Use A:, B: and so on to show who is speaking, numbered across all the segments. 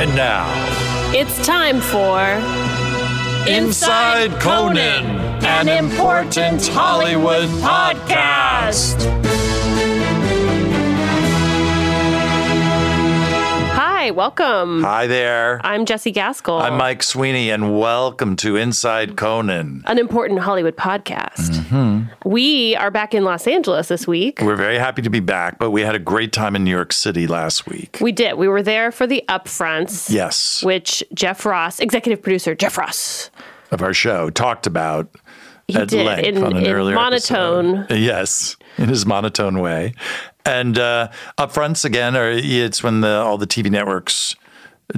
A: And now,
B: It's time for
A: Inside Conan, an important Hollywood podcast.
B: Hi, welcome.
A: Hi there.
B: I'm Jesse Gaskell.
A: I'm Mike Sweeney, and welcome to Inside Conan.
B: an important Hollywood podcast.
A: Mm-hmm.
B: We are back in Los Angeles this week.
A: We're very happy to be back, but we had a great time in New York City last week.
B: We did. We were there for the upfronts,
A: Yes,
B: which Jeff Ross, executive producer Jeff Ross,
A: of our show talked about
B: he
A: at
B: did
A: length
B: in,
A: on an
B: in
A: earlier
B: monotone.
A: episode. Yes, in his monotone way. And uh, upfronts again, are it's when the all the TV networks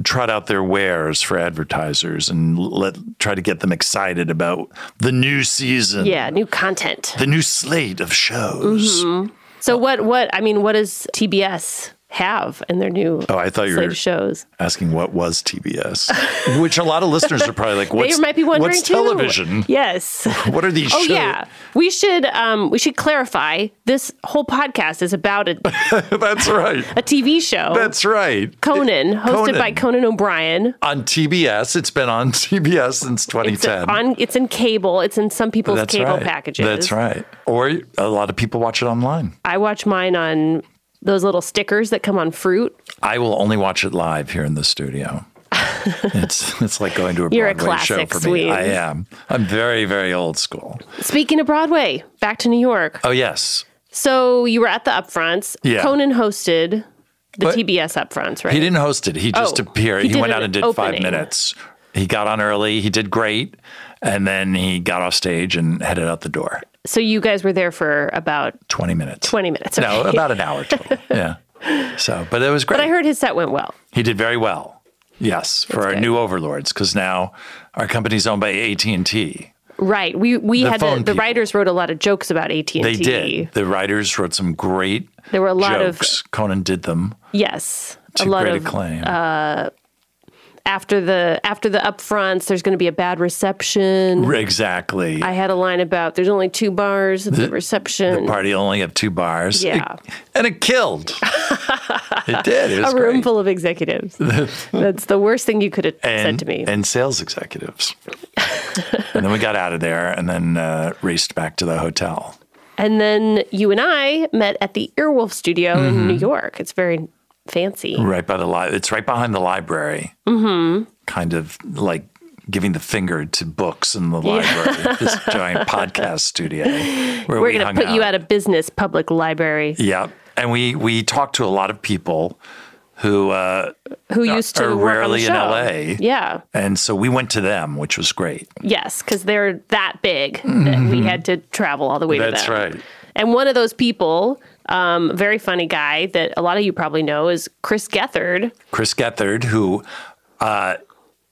A: trot out their wares for advertisers and let try to get them excited about the new season,
B: Yeah, Mm-hmm. new content.
A: the new slate of shows.
B: So what? What I mean, what does TBS have in their new
A: Oh, I thought you
B: slate
A: were-
B: of shows?
A: Asking what was TBS, which a lot of listeners are probably like,
B: They
A: "What's
B: might be wondering
A: what's
B: too.
A: television?
B: Yes.
A: What are these
B: Oh
A: shows?"
B: yeah, we should um, we should clarify. This whole podcast is about a,
A: That's right.
B: a TV show,
A: That's right.
B: Conan, hosted
A: Conan.
B: by Conan O'Brien.
A: on TBS. It's been on TBS since 2010.
B: It's on. It's in cable. It's in some people's
A: That's
B: cable
A: right.
B: packages.
A: That's right. Or a lot of people watch it online.
B: I watch mine on those little stickers that come on fruit.
A: I will only watch it live here in the studio. it's it's like going to a
B: You're a
A: Broadway show
B: classic
A: for me.
B: Swede.
A: I am. I'm very very old school.
B: Speaking of Broadway, back to New York.
A: Oh yes.
B: So you were at the upfronts.
A: Yeah.
B: Conan hosted the
A: But-
B: TBS upfronts, right?
A: He didn't host it. He just
B: Oh,
A: appeared.
B: he
A: He,
B: did
A: went
B: an
A: out and did five
B: opening.
A: minutes. He got on early. He did great, and then he got off stage and headed out the door.
B: So you guys were there for about
A: Twenty minutes.
B: 20 minutes.
A: No,
B: okay.
A: about an hour total. yeah. So, but it was great.
B: But I heard his set went well.
A: He did very well. Yes, for our
B: good.
A: new overlords, because now our company's owned by AT and T.
B: Right. We we
A: The
B: had
A: phone
B: the, the
A: people.
B: writers wrote a lot of jokes about AT&T.
A: They did. The writers wrote some great.
B: E. There were a lot of-
A: jokes. Conan did them
B: Yes.
A: to
B: a lot
A: great
B: of uh,
A: acclaim.
B: after the after the upfronts there's going to be a bad reception.
A: exactly.
B: I had a line about there's only two bars at the, reception.
A: the party only have two bars.
B: Yeah.
A: It- and it killed. it did. It was
B: a room
A: great.
B: full of executives. That's the worst thing you could have said
A: and,
B: to me.
A: and sales executives. and then we got out of there and then uh, raced back to the hotel.
B: And then you and I met at the Earwolf Studio
A: Mm-hmm.
B: in New York. It's very fancy.
A: Right by the li- it's right behind the library.
B: Mm-hmm.
A: Kind of like giving the finger to books in the library. this giant podcast studio where
B: We're
A: we
B: going
A: hung
B: to put
A: out.
B: you at a business public library.
A: yeah, and we we talked to a lot of people who uh,
B: Who used to
A: are
B: work
A: rarely in
B: on the show.
A: LA.
B: Yeah.
A: and so we went to them, which was great.
B: Yes, because they're that big that we had to travel all the way
A: Mm-hmm. That's
B: to them.
A: right.
B: And one of those people, um, very funny guy that a lot of you probably know is Chris Gethard.
A: Chris Gethard, who, uh,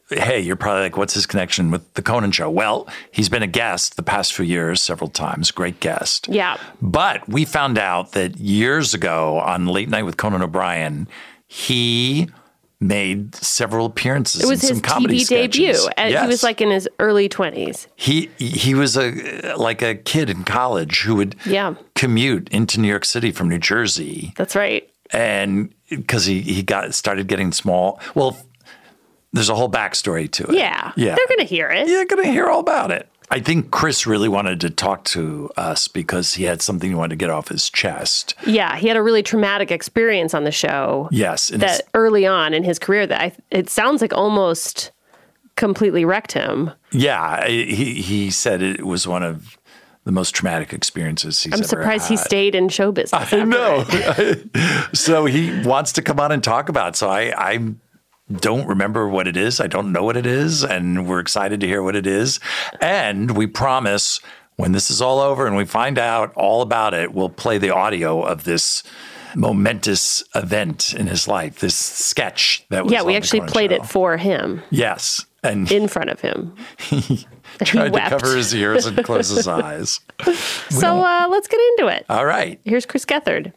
A: hey, you're probably like, what's his connection with the Conan show? Well, he's been a guest the past few years several times, great guest.
B: Yeah.
A: But we found out that years ago on Late Night with Conan O'Brien, he made several appearances
B: It was
A: in some
B: his
A: comedy
B: TV debut.
A: sketches.
B: And He was
A: Yes.
B: like in his early 20s.
A: he he was a like a kid in college who would
B: Yeah.
A: commute into New York City from New Jersey
B: That's right.
A: and because he he got started getting small. Well, there's a whole backstory to it.
B: Yeah.
A: Uh, yeah.
B: They're going to hear it.
A: You're gonna hear all about it. I think Chris really wanted to talk to us because he had something he wanted to get off his chest.
B: Yeah, he had a really traumatic experience on the show
A: Yes, and
B: that early on in his career that I, it sounds like almost completely wrecked him.
A: yeah, he he said it was one of the most traumatic experiences he's
B: I'm
A: ever
B: surprised he
A: had.
B: stayed in show business.
A: I know. so he wants to come on and talk about. It. So I I don't remember what it is. I don't know what it is, and we're excited to hear what it is. And we promise when this is all over and we find out all about it, we'll play the audio of this momentous event in his life. This sketch that was
B: Yeah, we
A: on the
B: actually
A: Conan
B: played
A: show.
B: it for him
A: Yes, and
B: in front of him.
A: he tried to
B: wept.
A: cover his ears and close his eyes.
B: So uh, let's get into it.
A: All right.
B: Here's Chris Gethard.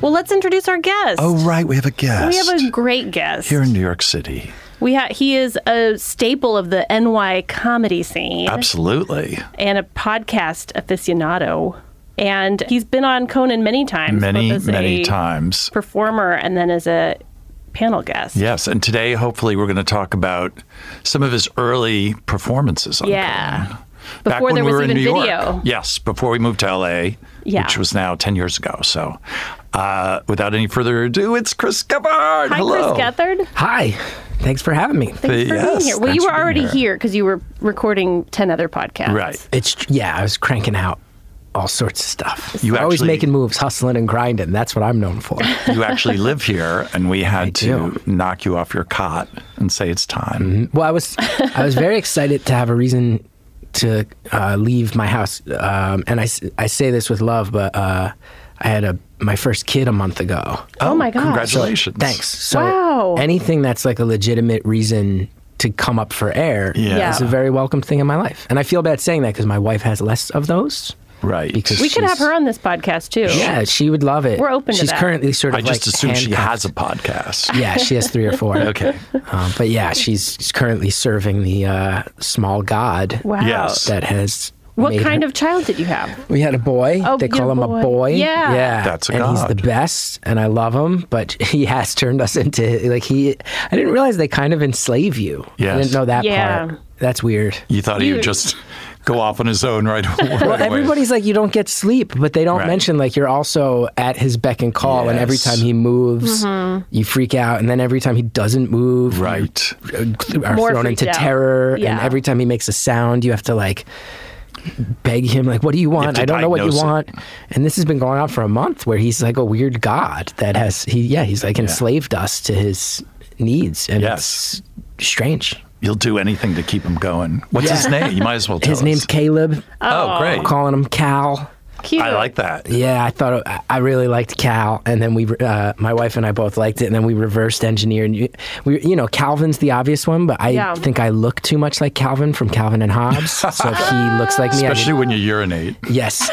B: Well, let's introduce our guest.
A: Oh right, we have a guest
B: we have a great guest.
A: here in New York City.
B: we ha- he is a staple of the NY comedy scene.
A: Ah. Absolutely.
B: and a podcast aficionado. And he's been on Conan many times.
A: Many,
B: both as
A: many
B: a
A: times.
B: Performer and then as a panel guest.
A: Yes, and today hopefully we're going to talk about some of his early performances. On
B: Yeah.
A: Conan. Back
B: Before
A: when
B: there
A: we
B: was
A: were in
B: even
A: New York.
B: video.
A: Yes, before we moved to LA,
B: Yeah.
A: which was now ten years ago. So, uh, without any further ado, it's Chris Gabbard.
B: Hi,
A: Hello.
B: Chris Gethard.
C: Hi. Thanks for having me.
B: Thanks for being
A: Yes,
B: here. Well,
A: thanks
B: you were
A: for being
B: already
A: here.
B: here because you were recording 10 other podcasts.
A: Right.
C: It's yeah, I was cranking out all sorts of stuff.
A: You
C: always
A: actually-
C: making moves, hustling and grinding. That's what I'm known for.
A: You actually live here, and we had to
C: do. Mm-hmm.
A: knock you off your cot and say it's time.
C: well, I was I was very excited to have a reason to uh, leave my house, um, and I, s- I say this with love, but uh, I had a my first kid a month ago.
B: Oh, my gosh.
A: Congratulations!
C: Thanks. So
B: Wow.
C: anything that's like a legitimate reason to come up for air
A: Yeah.
C: is a very welcome thing in my life, and I feel bad saying that because my wife has less of those.
A: Right.
C: Because
B: We could have
C: she's-
B: her on this podcast too.
C: Yeah, she would love it.
B: We're open to
C: She's
B: that.
C: currently sort of
A: I just
C: like
A: assume she has
C: handcuffed.
A: a podcast.
C: Yeah, she has three or four.
A: Okay.
C: Um, but yeah, she's, she's currently serving the uh, small god
B: Wow.
A: Yes.
C: that has.
B: What
C: made
B: kind
C: her-
B: of child did you have?
C: We had a boy.
B: Oh,
C: they
B: your
C: call him
B: boy.
C: a boy.
B: Yeah.
C: yeah.
A: That's a
C: and he's the
A: god.
C: best, and I love him. But he has turned us into like he. I didn't realize they kind of enslave you.
A: Yes.
C: I didn't know that
B: Yeah.
C: part. That's weird.
A: You thought he
B: You-
A: would just go off on his own right, right
C: Well,
A: away.
C: everybody's like, you don't get sleep, but they don't
A: Right.
C: mention like you're also at his beck and call, and every
A: Yes.
C: time he moves,
B: Mm-hmm.
C: you freak out, and then every time he doesn't move, you
A: Right.
C: are
B: More
C: thrown
B: freaked
C: into
B: out.
C: terror,
B: Yeah.
C: and every time he makes a sound, you have to like beg him, like, "What do you want?
A: to
C: I don't know what you
A: diagnose it.
C: want." And this has been going on for a month, where he's like a weird god that has he, yeah, he's like enslaved us to his needs, and
A: Yes.
C: it's strange.
A: You'll do anything to keep him going. What's his name? You might as well tell
C: His
A: us.
C: name's Caleb.
A: Oh, great.
C: I'm calling him Cal.
B: Cute.
A: I like that.
C: Yeah, I thought uh, I- I really liked Cal, and then we, uh, my wife and I both liked it, and then we reversed engineered. And you, we, you know, Calvin's the obvious one, but I
B: Yeah.
C: think I look too much like Calvin from Calvin and Hobbes. So if he looks like me, I
A: Especially
C: mean,
A: when you urinate.
C: yes,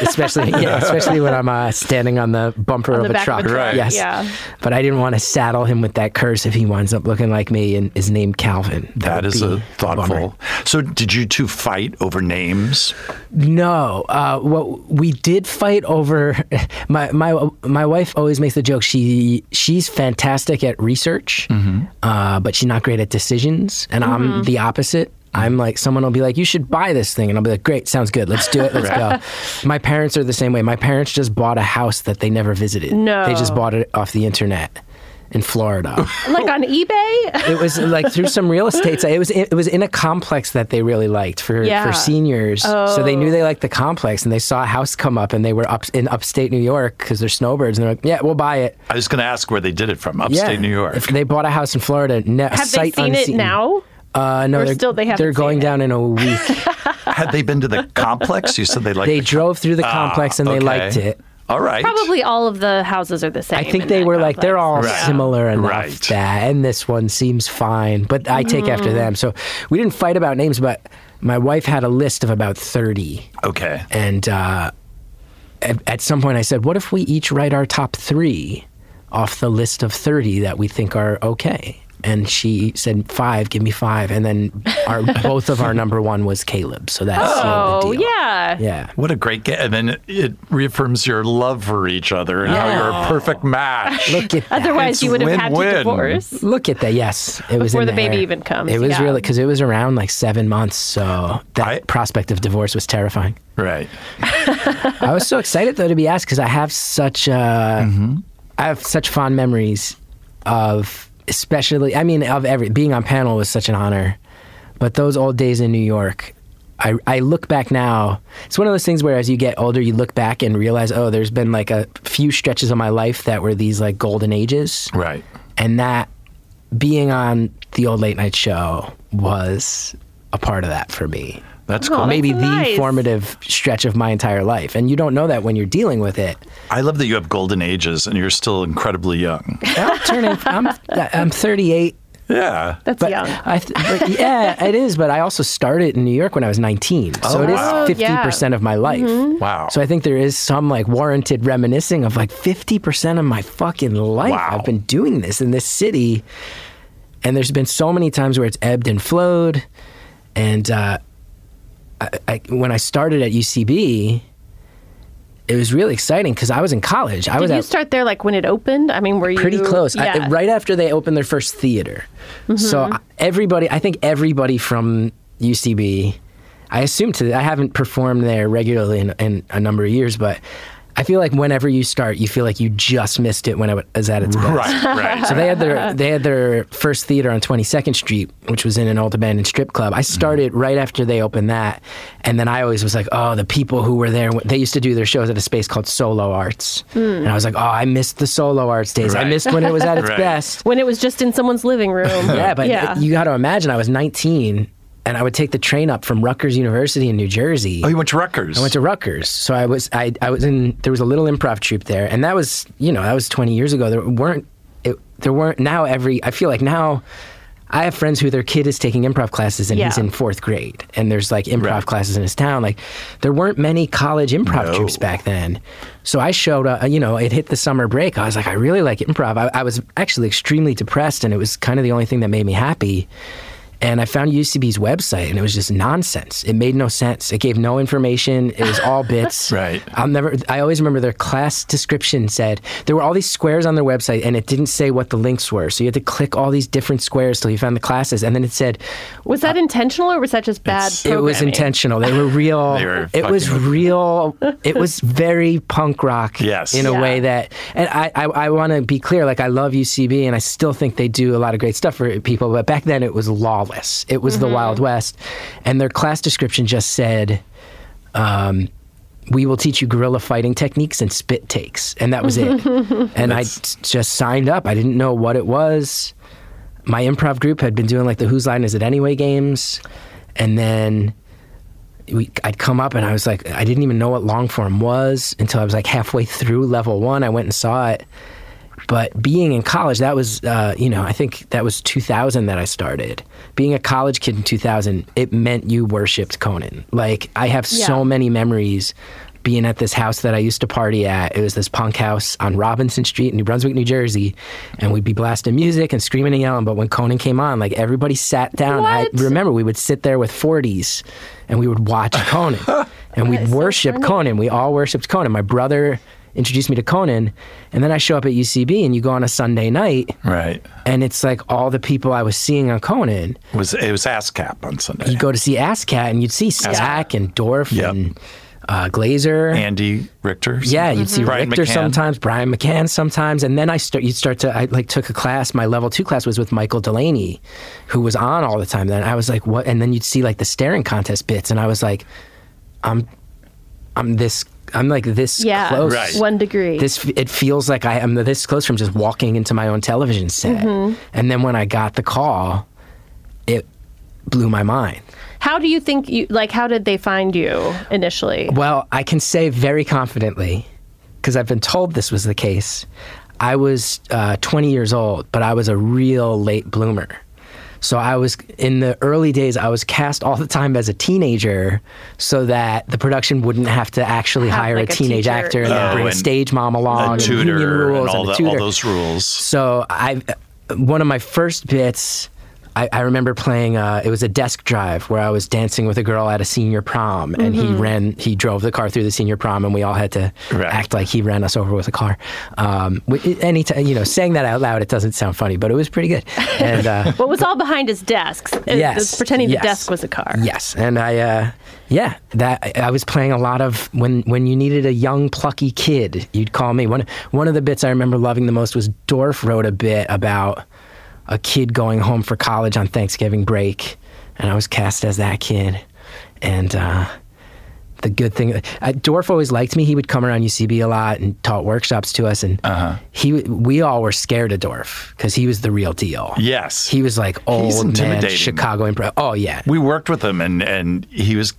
C: especially yeah, especially when I'm uh, standing on the bumper
B: the
C: of, a
B: back of
C: truck.
B: a truck, Right.
C: Yes,
B: yeah.
C: but I didn't want to saddle him with that curse if he winds up looking like me and is named Calvin.
A: That
C: would
A: is
C: be
A: a
C: bummer.
A: thoughtful. So, did you two fight over names?
C: No, uh, what we did fight over. My my my wife always makes the joke. She she's fantastic at research, uh, but she's not great at decisions. And I'm the opposite. I'm like someone will be like, "You should buy this thing," and I'll be like, "Great, sounds good. Let's do it. Let's go." My parents are the same way. My parents just bought a house that they never visited.
B: No.
C: they just bought it off the internet in Florida.
B: Like on eBay?
C: It was like through some real estate. It was it was in a complex that they really liked for
B: Yeah. Oh.
C: for seniors. So they knew they liked the complex, and they saw a house come up, and they were up in upstate New York because they're snowbirds, and they're like, "Yeah, we'll buy it."
A: I was going to ask where they did it from,
C: Yeah,
A: upstate New York.
C: If they bought a house in Florida. Ne-
B: Have they
C: sight
B: seen
C: unseen.
B: it now?
C: Uh, no,
B: Or
C: they're,
B: still they haven't
C: they're
B: seen
C: going
B: it?
C: down in a week.
A: Had they been to the complex? You said they liked.
C: they
A: the
C: drove through the complex and they
A: Ah, okay.
C: liked it.
A: All right.
B: Probably all of the houses are the same.
C: I think
B: in
C: they
B: that
C: were like they're all
B: complex.
A: Right.
C: similar enough
A: Right.
C: that, and this one seems fine. But I take
B: Mm-hmm.
C: after them, so we didn't fight about names. But my wife had a list of about thirty.
A: Okay.
C: And uh, at, at some point, I said, "What if we each write our top three off the list of thirty that we think are okay?" And she said, five, give me five. And then our, both of our number one was Caleb. So that's
B: Oh, yeah.
C: Yeah.
A: What a great game. And then it reaffirms your love for each other and how you're a perfect match.
C: Look at that.
B: Otherwise,
A: It's
B: you would have had to
A: win-win.
B: divorce.
C: Look at that. Yes. It was
B: Before
C: in
B: the baby
C: air.
B: even comes,
C: It was
B: yeah.
C: really, because it was around like seven months. So that
A: I-
C: prospect of divorce was terrifying.
A: Right.
C: I was so excited though to be asked because I have such uh, I have such fond memories of especially I mean of every being on panel was such an honor, but those old days in New York. I, I look back now. It's one of those things where, as you get older, you look back and realize, oh, there's been like a few stretches of my life that were these like golden ages,
A: Right.
C: and that being on the old late night show was a part of that for me
A: That's cool.
B: Oh,
C: maybe the
B: nice.
C: formative stretch of my entire life. And you don't know that when you're dealing with it.
A: I love that you have golden ages and you're still incredibly young.
C: I'm turning, I'm, I'm 38.
A: Yeah.
B: That's
C: But,
B: young.
C: I th- but yeah, it is. But I also started in New York when I was 19. so it is
A: Oh, wow. Mm-hmm.
C: 50% of my life.
A: Wow.
C: So I think there is some like warranted reminiscing of like 50% of my fucking life.
A: Wow.
C: I've been doing this in this city. And there's been so many times where it's ebbed and flowed. And uh, I, I, when I started at UCB, it was really exciting because I was in college. I was
B: Did you
C: at-
B: start there like when it opened? I mean, were you
C: pretty close. I-
B: Yeah. Mm-hmm.
C: right after they opened their first theater. So I- everybody, I think everybody from UCB, I assume to, I haven't performed there regularly in, in a number of years, but I feel like whenever you start, you feel like you just missed it when it was at its best.
A: Right, right.
C: So they had their they had their first theater on 22nd Street, which was in an old abandoned strip club. I started right after they opened that, and then I always was like, oh, the people who were there. They used to do their shows at a space called Solo Arts, and I was like, oh, I missed the Solo Arts days.
A: Right.
C: I missed when it was at its
A: Right.
C: best.
B: when it was just in someone's living room.
C: Yeah, but
B: yeah.
C: you got to imagine I was 19, and I would take the train up from Rutgers University in New Jersey
A: oh, you went to Rutgers.
C: went to Rutgers. So I was I, I was in there was a little improv troupe there, and that was you know that was 20 years ago. There weren't it, there weren't now every I feel like now. I have friends who their kid is taking improv classes and he's
B: Yeah.
C: in fourth grade, and there's like improv
A: Right.
C: classes in his town. Like, there weren't many college improv
A: No.
C: troupes back then. So I showed up, you know, it hit the summer break. I was like, I really like improv. I, I was actually extremely depressed, and it was kind of the only thing that made me happy. And I found UCB's website, and it was just nonsense. It made no sense. It gave no information. It was all bits.
A: Right.
C: I'll never. I always remember their class description said there were all these squares on their website, and it didn't say what the links were. So you had to click all these different squares till you found the classes, and then it said
B: was that intentional or was that just bad?
C: it was
B: programming?
C: intentional. They were real.
A: They were
C: it was
A: fucking-
C: real. It was very punk rock.
A: Yes.
C: In a
B: Yeah.
C: way that, and I, I, I want to be clear. Like I love UCB, and I still think they do a lot of great stuff for people. But back then, it was lawless. It was the Wild West, and their class description just said. Um, we will teach you guerrilla fighting techniques and spit takes. And that was it. and I s- just signed up. I didn't know what it was my improv group had been doing like the Whose Line Is It Anyway games, and then we, I'd come up and I was like, I didn't even know what long form was until I was like halfway through level one. I went and saw it, but being in college, that was, uh, you know, I think that was 2000 that I started. Being a college kid in 2000, it meant you worshipped Conan. Like, I have
B: Yeah.
C: so many memories being at this house that I used to party at. It was this punk house on Robinson Street in New Brunswick, New Jersey. And we'd be blasting music and screaming and yelling. But when Conan came on, like, everybody sat down. I
B: What?
C: remember we would sit there with 40s and we would watch Conan and
B: That
C: we'd
B: is so
C: worship
B: funny.
C: Conan. We all worshiped Conan. My brother introduced me to Conan, and then I show up at UCB, and you go on a Sunday night,
A: right.
C: and it's like all the people I was seeing on Conan.
A: It was it was ASCAP on Sunday.
C: You'd go to see Ascat, and you'd see Stack and Dorf
A: Yep.
C: and uh, Glazer.
A: Andy Richter.
C: yeah, you'd see
A: Brian
C: Richter
A: McCann.
C: sometimes, Brian McCann sometimes, and then I start. You'd start to. I like took a class. My level two class was with Michael Delaney, who was on all the time. Then I was like, what? And then you'd see like the staring contest bits, and I was like, I'm, I'm this. I'm like this
B: Yeah,
C: close.
A: Right.
B: one degree.
C: This it feels like I am this close from just walking into my own television set. And then when I got the call, it blew my mind.
B: how do you think you like? How did they find you initially?
C: Well, I can say very confidently, because I've been told this was the case. I was uh, 20 years old, but I was a real late bloomer. So I was in the early days. I was cast all the time as a teenager, so that the production wouldn't have to actually
B: Have,
C: hire
B: like,
C: a
B: a
C: teenage
B: teacher.
C: actor and
A: Oh,
C: then bring a
A: and
C: stage mom along,
A: A
C: and Oh, union
A: tutor and
C: rules
A: all,
C: a
A: the, all
C: tutor.
A: those rules.
C: So I, one of my first bits, I, I remember playing. Uh, it was a desk drive where I was dancing with a girl at a senior prom, and he ran. He drove the car through the senior prom, and we all had to
A: Right.
C: act like he ran us over with a car. Um, wi- any time, you know, saying that out loud, it doesn't sound funny, but it was pretty good. And uh,
B: What was all behind his desks? It-
C: Yes,
B: it was pretending
C: yes.
B: uh, the desk was a car.
C: Yes, and I, uh, yeah, that I, I was playing a lot of when when you needed a young plucky kid, you'd call me. One one of the bits I remember loving the most was Dorf wrote a bit about a kid going home for college on Thanksgiving break, and I was cast as that kid, and. Uh, the good thing, uh, Dorf always liked me. He would come around UCB a lot and taught workshops to us, and he, we all were scared of Dorf because he was the real deal.
A: Yes.
C: he was like oh, old man
A: intimidating.
C: Chicago improv. Oh yeah,
A: we worked with him, and and he was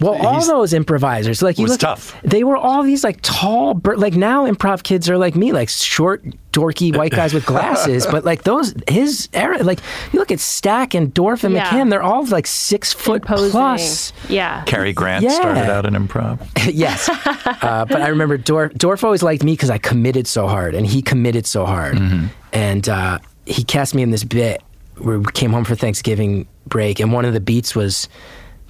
C: well, all
A: He's-
C: those improvisers, like you
A: was
C: look,
A: tough.
C: They were all these like tall, bur- like now improv kids are like me, like short, dorky white guys with glasses. but like those, his era, like you look at Stack and Dorf and
B: Yeah.
C: McCann, they're all like six foot
B: Posing.
C: plus.
B: Yeah.
A: Cary Grant
C: Yeah.
A: started out in improv.
C: yes, uh, but I remember Dorf, Dorf always liked me because I committed so hard, and he committed so hard,
A: Mm-hmm.
C: and uh, he cast me in this bit where we came home for Thanksgiving break, and one of the beats was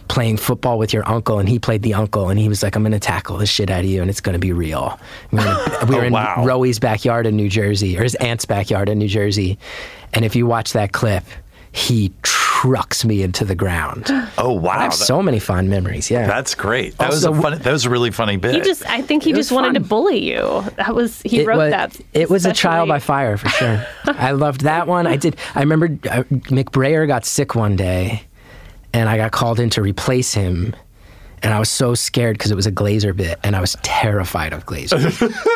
C: playing football with your uncle and he played the uncle and he was like, I'm going to tackle the shit out of you and it's going to be real. We were in, we were in
A: Oh, wow.
C: Rowey's backyard in New Jersey or his aunt's backyard in New Jersey. And if you watch that clip, he trucks me into the ground.
A: Oh
C: I
A: wow,
C: have so many fond memories. Yeah.
A: that's great. That was
C: Also-
A: a fun. That was a really funny bit.
B: He just, I think he just wanted to bully you. That was, he wrote
C: was,
B: that.
C: It was a trial
B: especially-
C: by fire for sure. I loved that one. I did. I remember uh, McBrayer got sick one day, and I got called in to replace him. And I was so scared because it was a Glazer bit, and I was terrified of Glazer.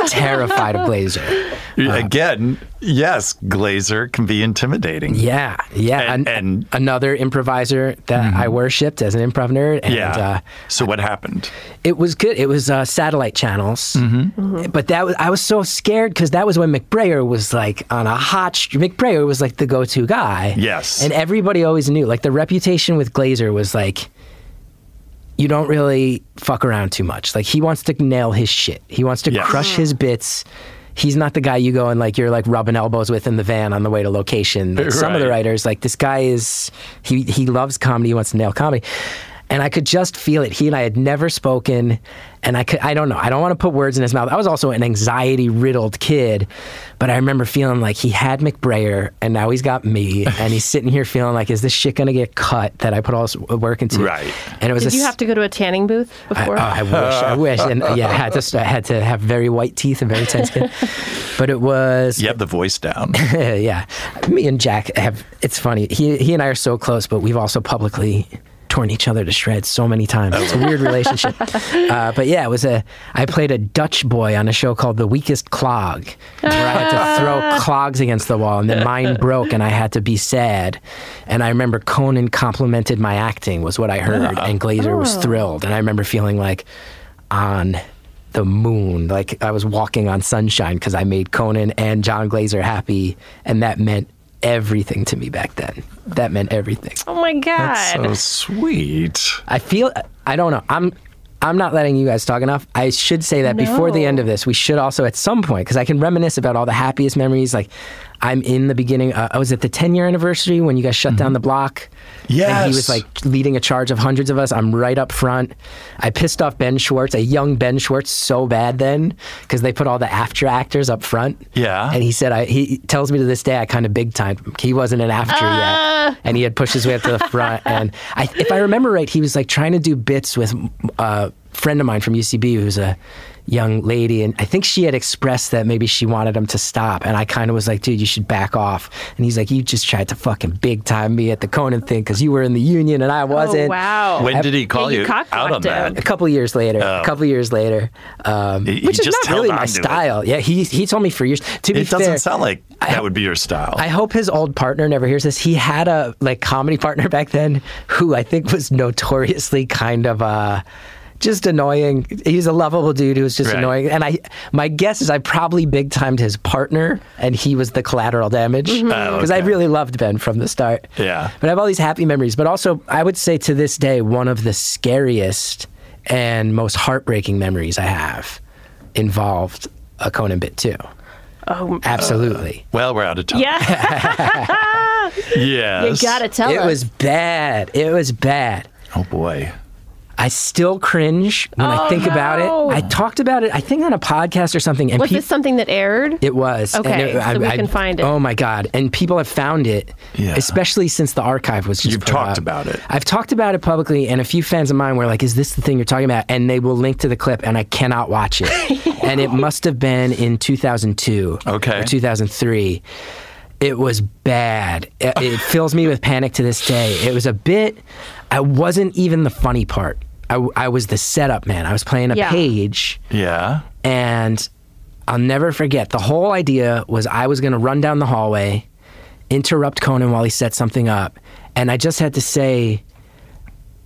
C: terrified of Glazer.
A: Again, yes, Glazer can be intimidating.
C: Yeah, yeah.
A: And- and- Mm-hmm.
C: another improviser that I worshipped as an improv nerd. And,
A: Yeah.
C: Uh,
A: so what happened?
C: It was good. It was uh, satellite channels,
A: Mm-hmm.
C: but that was I was so scared because that was when McBrayer was like on a hot. Sh- McBrayer was like the go-to guy.
A: Yes.
C: and everybody always knew. Like the reputation with Glazer was like, you don't really fuck around too much. Like he wants to nail his shit. He wants to
A: Yes.
C: crush his bits. He's not the guy you go and like you're like rubbing elbows with in the van on the way to location. Like, Some of the
A: Right.
C: writers, like this guy is he he loves comedy, he wants to nail comedy. And I could just feel it. He and I had never spoken, and I could I don't know. I don't want to put words in his mouth. I was also an anxiety riddled kid, but I remember feeling like he had McBrayer and now he's got me, and he's sitting here feeling like, is this shit gonna get cut that I put all this work into?
A: Right.
C: And it was
B: Did
C: a
B: you
C: s-
B: have to go to a tanning booth
C: I,
B: before?
C: oh, I wish. I wish. And uh, yeah, I had to. st- I had to have very white teeth and very thin skin. But it was.
A: You have the voice down.
C: yeah. Me and Jack have. It's funny. He he and I are so close, but we've also publicly torn each other to shreds so many times. It's a weird relationship. uh, but yeah, it was a. I played a Dutch boy on a show called The Weakest Clog, where I had to throw clogs against the wall, and then mine broke, and I had to be sad. And I remember Conan complimented my acting was what I heard, and Glazer was thrilled, and I remember feeling like on the moon. Like I was walking on sunshine because I made Conan and John Glazer happy, and that meant everything to me back then. That meant everything.
B: oh my God.
A: so sweet.
C: I feel I don't know. I'm I'm not letting you guys talk enough. I should say that before the end of this, we should also at some point because I can reminisce about all the happiest memories. Like I'm in the beginning. Uh, I was at the 10 year anniversary when you guys shut down the block. And he
A: Mm-hmm. Yes.
C: was like leading a charge of hundreds of us. I'm right up front. I pissed off Ben Schwartz, a young Ben Schwartz, so bad then because they put all the after actors up front.
A: Yeah.
C: And he said, I, he tells me to this day, I kind of big time. He wasn't an after yet. And he had pushed his way up to the front. and I, if I remember right, he was like trying to do bits with a friend of mine from UCB who's a young lady. And I think she had expressed that maybe she wanted him to stop. And I kind of was like, dude, you should back off. And he's like, you just tried to fucking big time me at the Conan thing because you were in the union and I wasn't.
B: wow.
A: When did he call
B: you
A: you out on
B: cock-blocked him.
A: that?
C: A couple years later, a couple years later, um,
A: Oh. He- he
C: which is
A: just
C: not really
A: held
C: my
A: on to it.
C: style. Yeah, he he told me for years. To be
A: It doesn't
C: fair,
A: sound like that would be your style.
C: I hope his old partner never hears this. He had a like comedy partner back then who I think was notoriously kind of uh just annoying. He's a lovable dude who was just
A: Right.
C: annoying. And I my guess is I probably big timed his partner and he was the collateral damage. Because
A: Oh,
C: I
A: okay.
C: really loved Ben from the start.
A: Yeah.
C: But I have all these happy memories. But also I would say to this day, one of the scariest and most heartbreaking memories I have involved a Conan bit too.
B: Oh,
C: Absolutely.
A: well, we're out of time.
B: yeah. you
A: Yes.
B: got to tell
C: it
B: us.
C: was bad. It was bad.
A: Oh boy.
C: I still cringe when I think about
B: Oh, no.
C: it. I talked about it, I think, on a podcast or something. And
B: was
C: peop-
B: this something that aired?
C: it was. And
B: Okay,
C: it-
B: so we can find it.
C: Oh my God. And people have found it,
A: Yeah.
C: especially since the archive was just.
A: You've
C: put
A: talked
C: up.
A: about it.
C: I've talked about it publicly, and a few fans of mine were like, Is this the thing you're talking about? And they will link to the clip, and I cannot watch it. and it must have been in 2002
A: Okay.
C: or 2003. It was bad. It, it fills me with panic to this day. It was a bit, I wasn't even the funny part. I, I was the setup man. I was playing a
B: Yeah.
C: page
A: Yeah.
C: and I'll never forget the whole idea was I was going to run down the hallway, interrupt Conan while he set something up, and I just had to say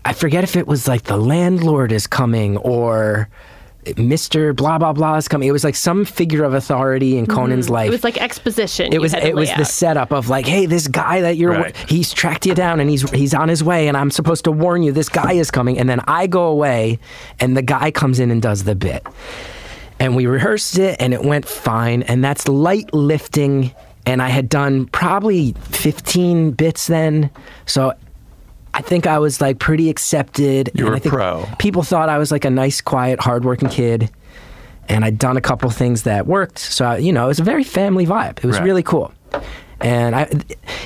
C: I forget if it was like the landlord is coming or Mr. blah blah blah is coming. It was like some figure of authority in Conan's life.
B: Mm-hmm. It was like exposition.
C: It
B: you
C: was
B: had to
C: it was
B: lay
C: the
B: out.
C: setup of like, hey, this guy that you're
A: Right.
C: he's tracked you down and he's he's on his way and I'm supposed to warn you this guy is coming and then I go away and the guy comes in and does the bit. And we rehearsed it and it went fine and that's light lifting and I had done probably 15 bits then. So I think I was like pretty accepted.
A: You
C: and
A: were
C: I think
A: pro.
C: People thought I was like a nice, quiet, hardworking kid, and I'd done a couple things that worked. So I, you know, it was a very family vibe. It was
A: Right.
C: really cool. And I,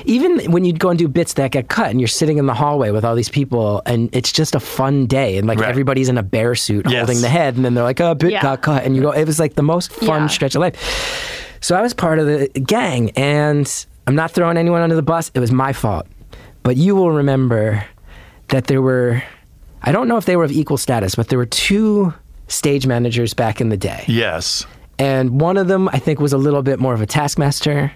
C: even when you'd go and do bits that get cut, and you're sitting in the hallway with all these people, and it's just a fun day, and like
A: Right.
C: everybody's in a bear suit
A: Yes.
C: holding the head, and then they're like, "Oh, bit
B: Yeah.
C: got cut," and you go, "It was like the most fun
B: Yeah.
C: stretch of life." So I was part of the gang, and I'm not throwing anyone under the bus. It was my fault. But you will remember that there were, I don't know if they were of equal status, but there were two stage managers back in the day.
A: Yes.
C: And one of them, I think, was a little bit more of a taskmaster.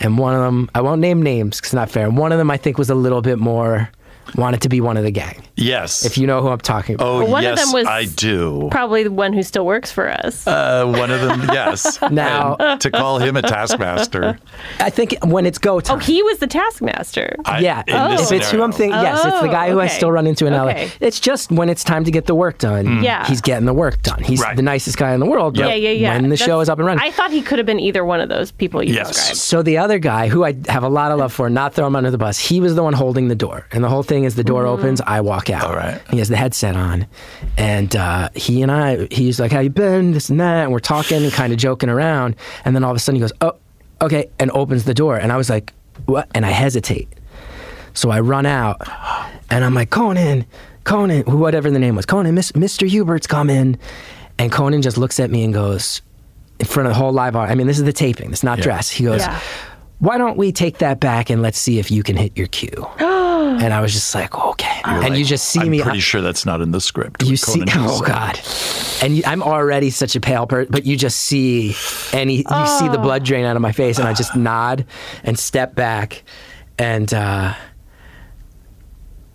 C: And one of them, I won't name names 'cause it's not fair. And one of them, I think, was a little bit more wanted to be one of the gang,
A: Yes.
C: if you know who I'm talking about.
A: oh,
B: Well, one of
A: yes,
B: them was-
A: I do.
B: Probably the one who still works for us.
A: Uh, one of them, yes.
C: Now-
A: And to call him a taskmaster.
C: I think when it's go time.
B: oh, he was the taskmaster.
A: I-
C: yeah,
A: in this
C: if it's who
A: scenario.
C: I'm thinking, yes, it's the
B: Oh,
C: guy who I
B: okay.
C: still run into in
B: Okay.
C: LA. It's just when it's time to get the work done,
B: Yeah.
C: he's getting the work done. He's
A: Mm. Right.
C: the nicest guy in the world. but
B: yeah, yeah, yeah.
C: When the show
B: That's-
C: is up and running,
B: I thought he could have been either one of those people you
A: Yes.
B: described.
C: so the other guy, who I have a lot of love for, not throw him under the bus, he was the one holding the door. And the whole thing is the door
B: Mm.
C: opens, I walk out.
A: All right.
C: He has the headset on. And uh, he and I, he's like, How you been? This and that. And we're talking and kind of joking around. And then all of a sudden he goes, Oh, okay. And opens the door. And I was like, What? And I hesitate. So I run out and I'm like, Conan, Conan, whatever the name was, Conan, Miss, Mr. Hubert's coming. And Conan just looks at me and goes, in front of the whole live audience. I mean, this is the taping. It's not dress. He goes,
B: Yeah.
C: "Why don't we take that back and let's see if you can hit your cue?" and I was just like, "Okay." and you just see
A: I'm
C: me.
A: pretty sure that's not in the script.
C: you
A: with
C: see,
A: Conan
C: oh
A: Doyle.
C: god, and you, I'm already such a pale person, but you just see any, you see the blood drain out of my face, and I
A: Ah.
C: just nod and step back, and uh,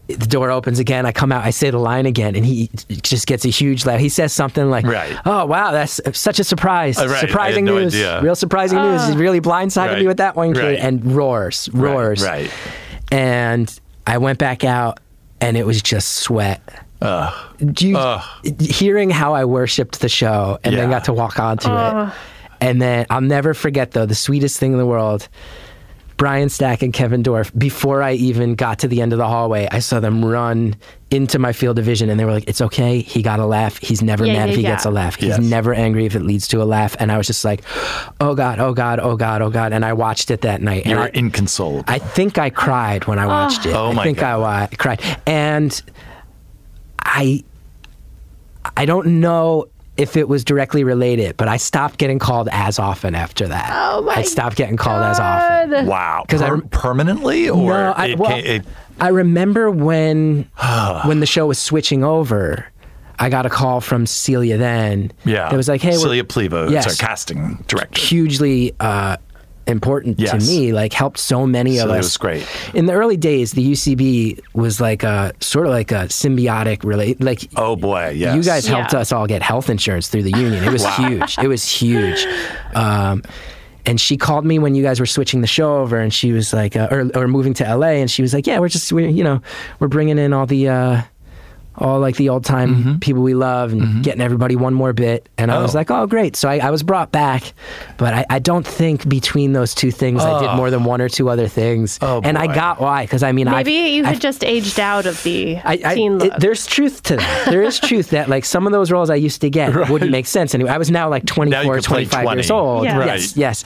C: the door opens again. I come out, I say the line again, and he just gets a huge laugh. He says something like,
A: Right.
C: "Oh wow, that's such a surprise!
A: Uh, right. I had
C: Surprising
A: no
C: news,
A: idea."
C: real surprising news. He really blindsided
A: Right.
C: me with that one, kid,
A: Right.
C: and roars,
A: Right,
C: roars,
A: right.
C: And I went back out, and it was just sweat.
A: Uh,
C: Do you, hearing how I worshipped the show and then
A: Yeah.
C: got to walk onto it. And then I'll never forget though the sweetest thing in the world. Brian Stack and Kevin Dorff, before I even got to the end of the hallway, I saw them run into my field of vision and they were like, It's okay. He got a laugh. He's never
B: Yeah,
C: mad
B: yeah,
C: if he
B: yeah.
C: gets a laugh. He's
A: Yes.
C: never angry if it leads to a laugh. And I was just like, Oh God, oh God, oh God, oh God. And I watched it that night.
A: You
C: and
A: were
C: I-
A: inconsolable.
C: I think I cried when I watched it.
A: Oh, my
C: I think I wa- cried, and I I don't know if it was directly related, but I stopped getting called as often after that.
B: Oh, my
C: I stopped getting called as often.
A: wow.
C: 'Cause I
A: Per-
C: rem-
A: permanently or
C: No, I,
A: it
C: well,
A: ca- it-
C: I remember when when the show was switching over. I got a call from Celia then.
A: yeah.
C: It was like, hey, we're
A: Celia Plivo,
C: Yes.
A: it's our casting director.
C: hugely uh, important to
A: Yes.
C: me. Like helped so many of
A: Celia
C: us.
A: was great.
C: In the early days, the UCB was like a sort of like a symbiotic relate. Like
A: Oh boy, yes.
C: you guys helped
B: Yeah.
C: us all get health insurance through the union. It was huge. It was huge. Um, and she called me when you guys were switching the show over, and she was like, uh, or, or moving to LA, and she was like, yeah, we're just we're you know we're bringing in all the. Uh, all like the old time people we love and getting everybody one more bit. And I was
A: Mm-hmm. Oh.
C: like, oh, great. So I, I was brought back, but I, I don't think between those two things I did more than one or two other things.
A: Oh,
C: and I
A: boy.
C: got why. Because I mean, I've-
B: Maybe you
C: I've
B: had just aged out of the
C: I, I,
B: teen
C: it-
B: look.
C: there's truth to that. There is truth that like some of those roles I used to get wouldn't make sense anyway. I was now like 24,
A: can play
C: 25 years
A: 20.
C: old.
B: Yeah.
C: Yes, yes.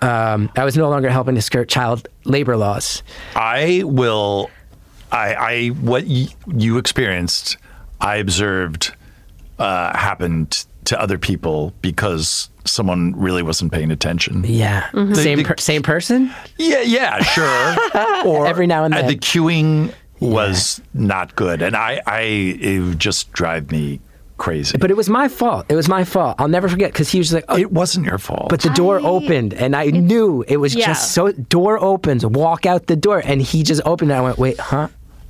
C: Um, I was no longer helping to skirt child labor laws.
A: I will. I, I what y- you experienced, I observed uh, happened to other people because someone really wasn't paying attention.
C: Yeah. Mm-hmm. Same
A: the-
C: per, same person?
A: Yeah, yeah, sure. or
C: Every now and
A: uh,
C: then.
A: the queuing was not good, and I, I, it would just drive me crazy.
C: But it was my fault. It was my fault. I'll never forget because he was like, oh,
A: it wasn't your fault.
C: But the door
B: I-
C: opened, and I knew it was
B: yeah.
C: just so. Door opens, walk out the door, and he just opened it. I went, wait, huh?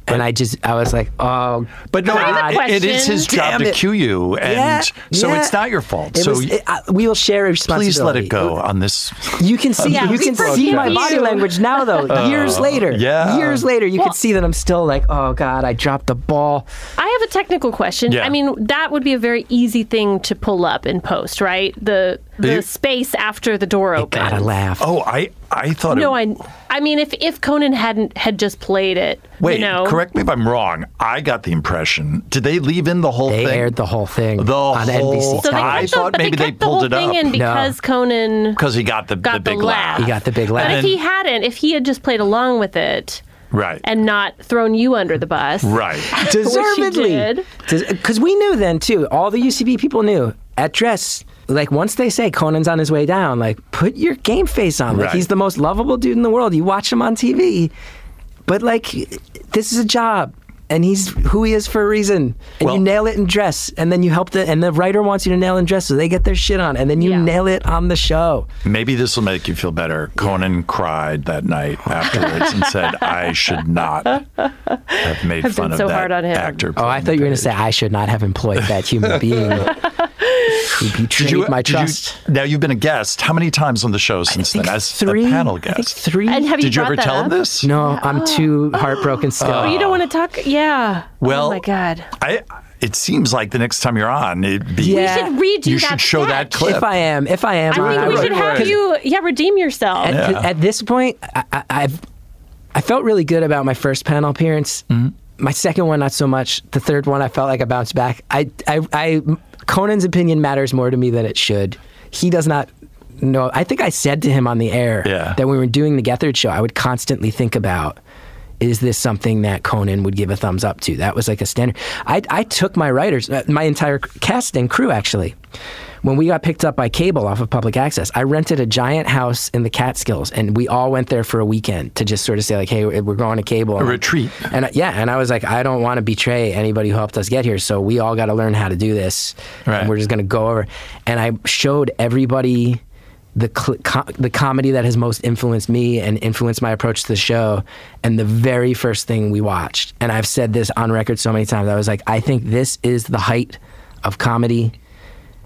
C: And I just, I was like, oh.
A: But no,
B: Can I have a
A: it- it is
B: question?
A: his job
C: Damn
A: to
C: it.
A: cue you, and
C: Yeah,
A: so
C: yeah.
A: it's not your fault.
C: It
A: so
C: was, it, I, we will share a responsibility.
A: please let it go on this.
C: You can see,
B: Yeah,
C: you
B: we
C: can
B: forgive
C: see my
B: you.
C: body language now, though. years later,
A: Uh, yeah.
C: years later, you can
B: Well-
C: see that I'm still like, oh god, I dropped the ball.
B: I have a technical question.
A: Yeah.
B: I mean, that would be a very easy thing to pull up in post, right? The the
A: You-
B: space after the door opens.
C: Gotta laugh.
A: Oh, I I thought
B: No,
A: it,
B: I I mean if if Conan hadn't had just played it,
A: Wait,
B: you know,
A: correct me if I'm wrong. I got the impression. Did they leave in the whole
C: They
A: thing?
C: aired the whole thing
A: The
C: on
A: whole-
C: NBC.
B: So they
A: I
B: cut the,
A: thought
B: but
A: maybe
B: they,
A: they
B: cut the
A: pulled
B: whole
A: it
B: thing
A: up.
B: in
A: No.
B: because Conan
A: because he got the,
B: got
A: the big
B: the laugh.
C: He got the big
B: But
C: laugh.
B: if he hadn't, if he had just played along with it
A: Right.
B: and not thrown you under the bus,
A: right.
C: Deservedly.
B: did.
C: Because we knew then, too, all the UCB people knew at dress. Like once they say Conan's on his way down, like put your game face on. Like
A: Right.
C: he's the most lovable dude in the world. You watch him on TV, but like this is a job, and he's who he is for a reason. And
A: Well-
C: you nail it in dress, and then you help the and the writer wants you to nail in dress, so they get their shit on, and then you
B: Yeah.
C: nail it on the show.
A: Maybe this will make you feel better. Conan cried that night afterwards and said, "I should not have made
B: I've
A: fun
B: been
A: of
B: so
A: that
B: hard on him.
A: actor."
C: Oh, I
A: playing
C: thought you were
A: the
C: going to say I should not have employed that human being. you betrayed
A: Did you-
C: my
A: did you-
C: trust.
A: now you've been a guest. How many times on the show since then? As
C: three
A: a panel
C: I think
A: guest.
C: three.
B: And have you Oh.
A: Did you
B: brought
A: ever
B: that
A: tell
B: up?
A: him this?
C: no, I'm too heartbroken still.
B: Oh, you don't want to talk? Yeah.
A: Well,
B: oh my God.
A: I. It seems like the next time you're on, it'd be.
C: Yeah.
B: We should redo
A: You
B: that.
A: should show that
B: sketch.
A: clip.
C: if I am, if I am,
B: I think
C: I-
B: we
A: would.
B: should have
A: Right.
B: you, yeah, redeem yourself.
C: At,
A: Yeah.
C: at this point, I, I, I've I felt really good about my first panel appearance.
A: Mm-hmm.
C: My second one, not so much. The third one, I felt like I bounced back. I, I, I, Conan's opinion matters more to me than it should. He does not know. I think I said to him on the air
A: Yeah.
C: that when we were doing the Gethard show, I would constantly think about. Is this something that Conan would give a thumbs up to? That was like a standard. I, I took my writers, uh, my entire cast and crew actually, when we got picked up by cable off of public access, I rented a giant house in the Catskills, and we all went there for a weekend to just sort of say like, "Hey, we're going to cable."
A: A retreat.
C: And I- yeah, and I was like, I don't want to betray anybody who helped us get here, so we all got to learn how to do this.
A: Right.
C: And we're just going to go over. And I showed everybody the cl- co- the comedy that has most influenced me and influenced my approach to the show. And the very first thing we watched, and I've said this on record so many times, I was like, I think this is the height of comedy.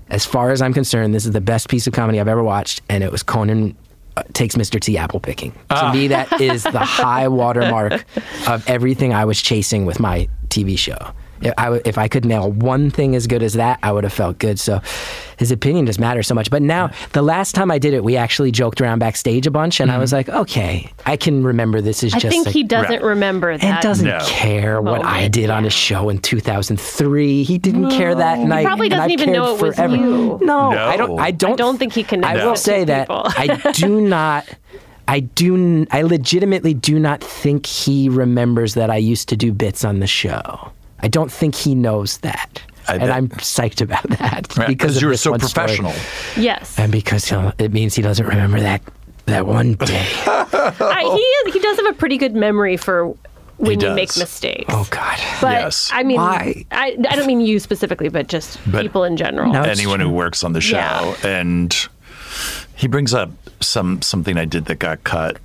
C: As far as I'm concerned, this is the best piece of comedy I've ever watched, and it was Conan. uh, Takes Mr. T apple picking. To
B: Ah.
C: me, that is the high watermark of everything I was chasing with my TV show. If I, w- if I could nail one thing as good as that, I would have felt good. So his opinion just matters so much. But now, the last time I did it, we actually joked around backstage a bunch, and I was like, okay, I can remember this is
B: Mm-hmm. I
C: just.
B: think
C: like,
B: he doesn't
A: Right.
B: remember that. Oh,
C: and doesn't
A: No.
C: care what I
B: moment,
C: did on his show in 2003. He didn't care that night.
B: probably
C: and
B: doesn't
C: I've
B: even
C: cared
B: know it was
C: forever.
B: you.
C: No,
A: No.
C: I don't. I don't.
B: I don't think he
C: I
B: connects
C: will
B: the
C: say
B: two
C: that
B: people.
C: I do not. I do. n- I legitimately do not think he remembers that I used to do bits on the show. I don't think he knows that,
A: I
C: and
A: bet.
C: I'm psyched about that
A: Right,
C: because of
A: you were
C: this
A: so
C: one story.
A: professional.
B: yes.
C: and because he'll, it means he doesn't remember that that one day.
B: I, he, is- he does have a pretty good memory for when
A: He
B: you make
A: does.
B: mistakes.
C: oh God.
B: But
A: Yes.
B: I mean,
C: Why?
B: I, I don't mean you specifically, but just
A: But-
B: people in general.
C: No. That's
A: anyone who works on the show
B: Yeah.
A: and he brings up some something I did that got cut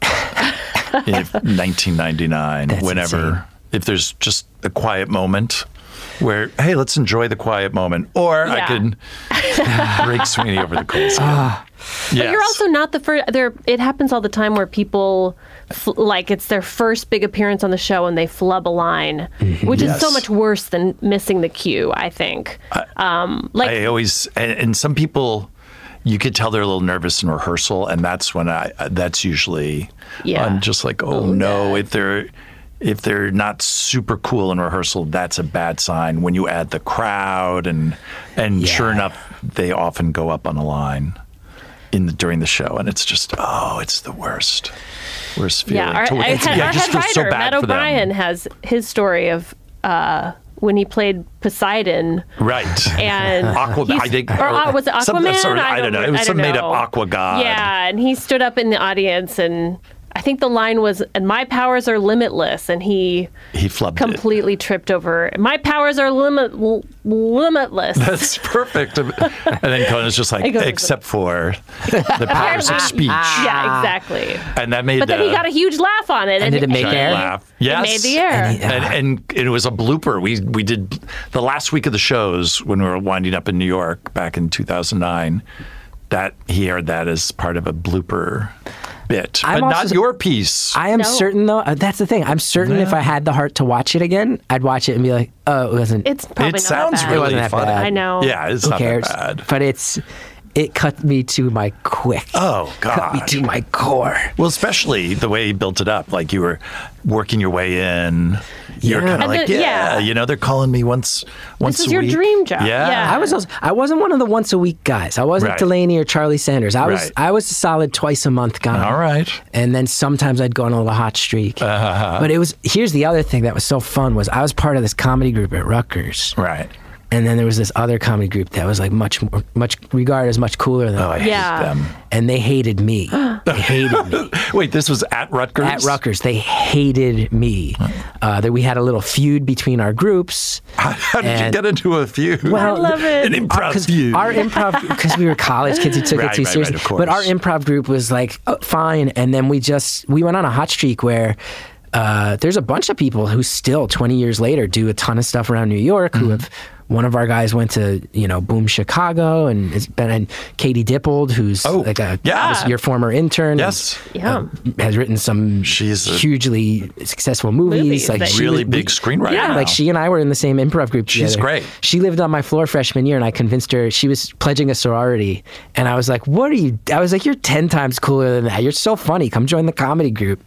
A: in 1999
C: That's
A: whenever
C: insane.
A: if there's just a quiet moment where hey let's enjoy the quiet moment or I
B: Yeah.
A: can break Sweeney over the coals
C: Ah.
A: again. yes.
B: But you're also not the first. There, it happens all the time where people, fl- like, it's their first big appearance on the show and they flub a line, which is so
A: Mm-hmm. Yes.
B: much worse than missing the cue. I think. um, like,
A: I always and, and some people you could tell they're a little nervous in rehearsal, and that's when I uh, that's usually
B: Yeah.
A: I'm just like, oh, no, if they're if they're not super cool in rehearsal, that's a bad sign. When you add the crowd and and sure
C: Yeah.
A: enough, they often go up on a line in the, during the show, and it's just oh, it's the worst, worst feeling.
B: yeah, our,
A: To-
B: our
A: it's-
B: head,
A: yeah,
B: our
A: I just
B: head
A: feel
B: writer
A: so bad
B: Matt
A: for them.
B: O'Brien has his story of uh, when he played Poseidon.
A: Right.
B: and
A: Aqua-
B: he's-
A: I think-
B: or, uh, was it
A: some-
B: Aquaman?
A: sorry, I don't know. It was
B: I
A: some
B: don't
A: made-up
B: know.
A: aqua god.
B: Yeah, and he stood up in the audience, and I think the line was, "And my powers are limitless," and he
A: He flubbed it.
B: completely tripped over. My powers are limit l- limitless.
A: That's perfect. And then Conan's just like,
B: It goes-
A: except for the powers of speech.
B: Ah. yeah, exactly.
A: And that made
B: But then
A: uh,
B: he got a huge laugh on it, and,
C: did it make
B: and
C: air?
B: he-
A: laugh.
B: it
A: Yes.
B: made the air.
C: And he- uh,
A: And, and it was a blooper. We we did the last week of the shows when we were winding up in New York back in 2009. That he aired that as part of a blooper bit,
C: I'm
A: but
C: also
A: not
C: su-
A: your piece.
C: I am
B: No.
C: certain though. uh, That's the thing. I'm certain if I had the heart to watch it again, I'd watch it and be like, "Oh, it wasn't.
B: It's probably
A: it
B: not
A: sounds
B: that bad.
A: really
C: wasn't that
A: funny.
C: bad.
B: I know.
A: Yeah, it's
C: who
A: not
C: cares?"
A: that bad.
C: But it's it cut me to my quick.
A: Oh,
C: Cut me
A: God.
C: to my core.
A: Well, especially the way you built it up, like you were working your way in. You're
C: Yeah.
A: kind of
B: And
A: like,
B: then-
A: yeah,
B: yeah.
A: you know, they're calling me once once
B: is
A: a
B: your
A: week."
B: dream job.
A: Yeah,
B: Yeah.
C: I was also, I wasn't one of the once a week guys. I wasn't
A: Right.
C: Delaney or Charlie Sanders. I was
A: Right.
C: I was a solid twice a month guy.
A: All right.
C: And then sometimes I'd go on a little hot streak.
A: Uh-huh.
C: But it was here's the other thing that was so fun was I was part of this comedy group at Rutgers,
A: Right.
C: and then there was this other comedy group that was like much more, much regarded as much cooler than,
A: Oh, I
B: Yeah.
A: hate them.
C: and they hated me. they hated me.
A: Wait, this was at Rutgers.
C: At Rutgers, they hated me. Uh, that we had a little feud between our groups.
A: How did you
C: and-
A: get into a feud?
C: Well,
B: I love
A: an
B: it.
A: improv
C: because
A: feud.
C: Uh, our improv because we were college kids who took
A: Right,
C: it too
A: right, right,
C: seriously.
A: of course.
C: but our improv group was like oh, fine, and then we just we went on a hot streak where. Uh, there's a bunch of people who still 20 years later do a ton of stuff around New York
A: Mm-hmm.
C: who have one of our guys went to you know Boom Chicago and has been and Katie Dippold who's
A: Oh,
C: like a
A: yeah.
C: was your former intern and, uh,
A: yes.
B: Yeah.
C: has written some
A: She's a-
C: hugely successful movies,
B: Movies,
C: like
B: like-
C: she
A: Really
C: was-
A: big screenwriter.
C: yeah,
A: now.
C: like she and I were in the same improv group.
A: She's
C: together.
A: great.
C: She lived on my floor freshman year, and I convinced her she was pledging a sorority. And I was like, "What are you?" I was like, "You're ten times cooler than that. You're so funny. Come join the comedy group."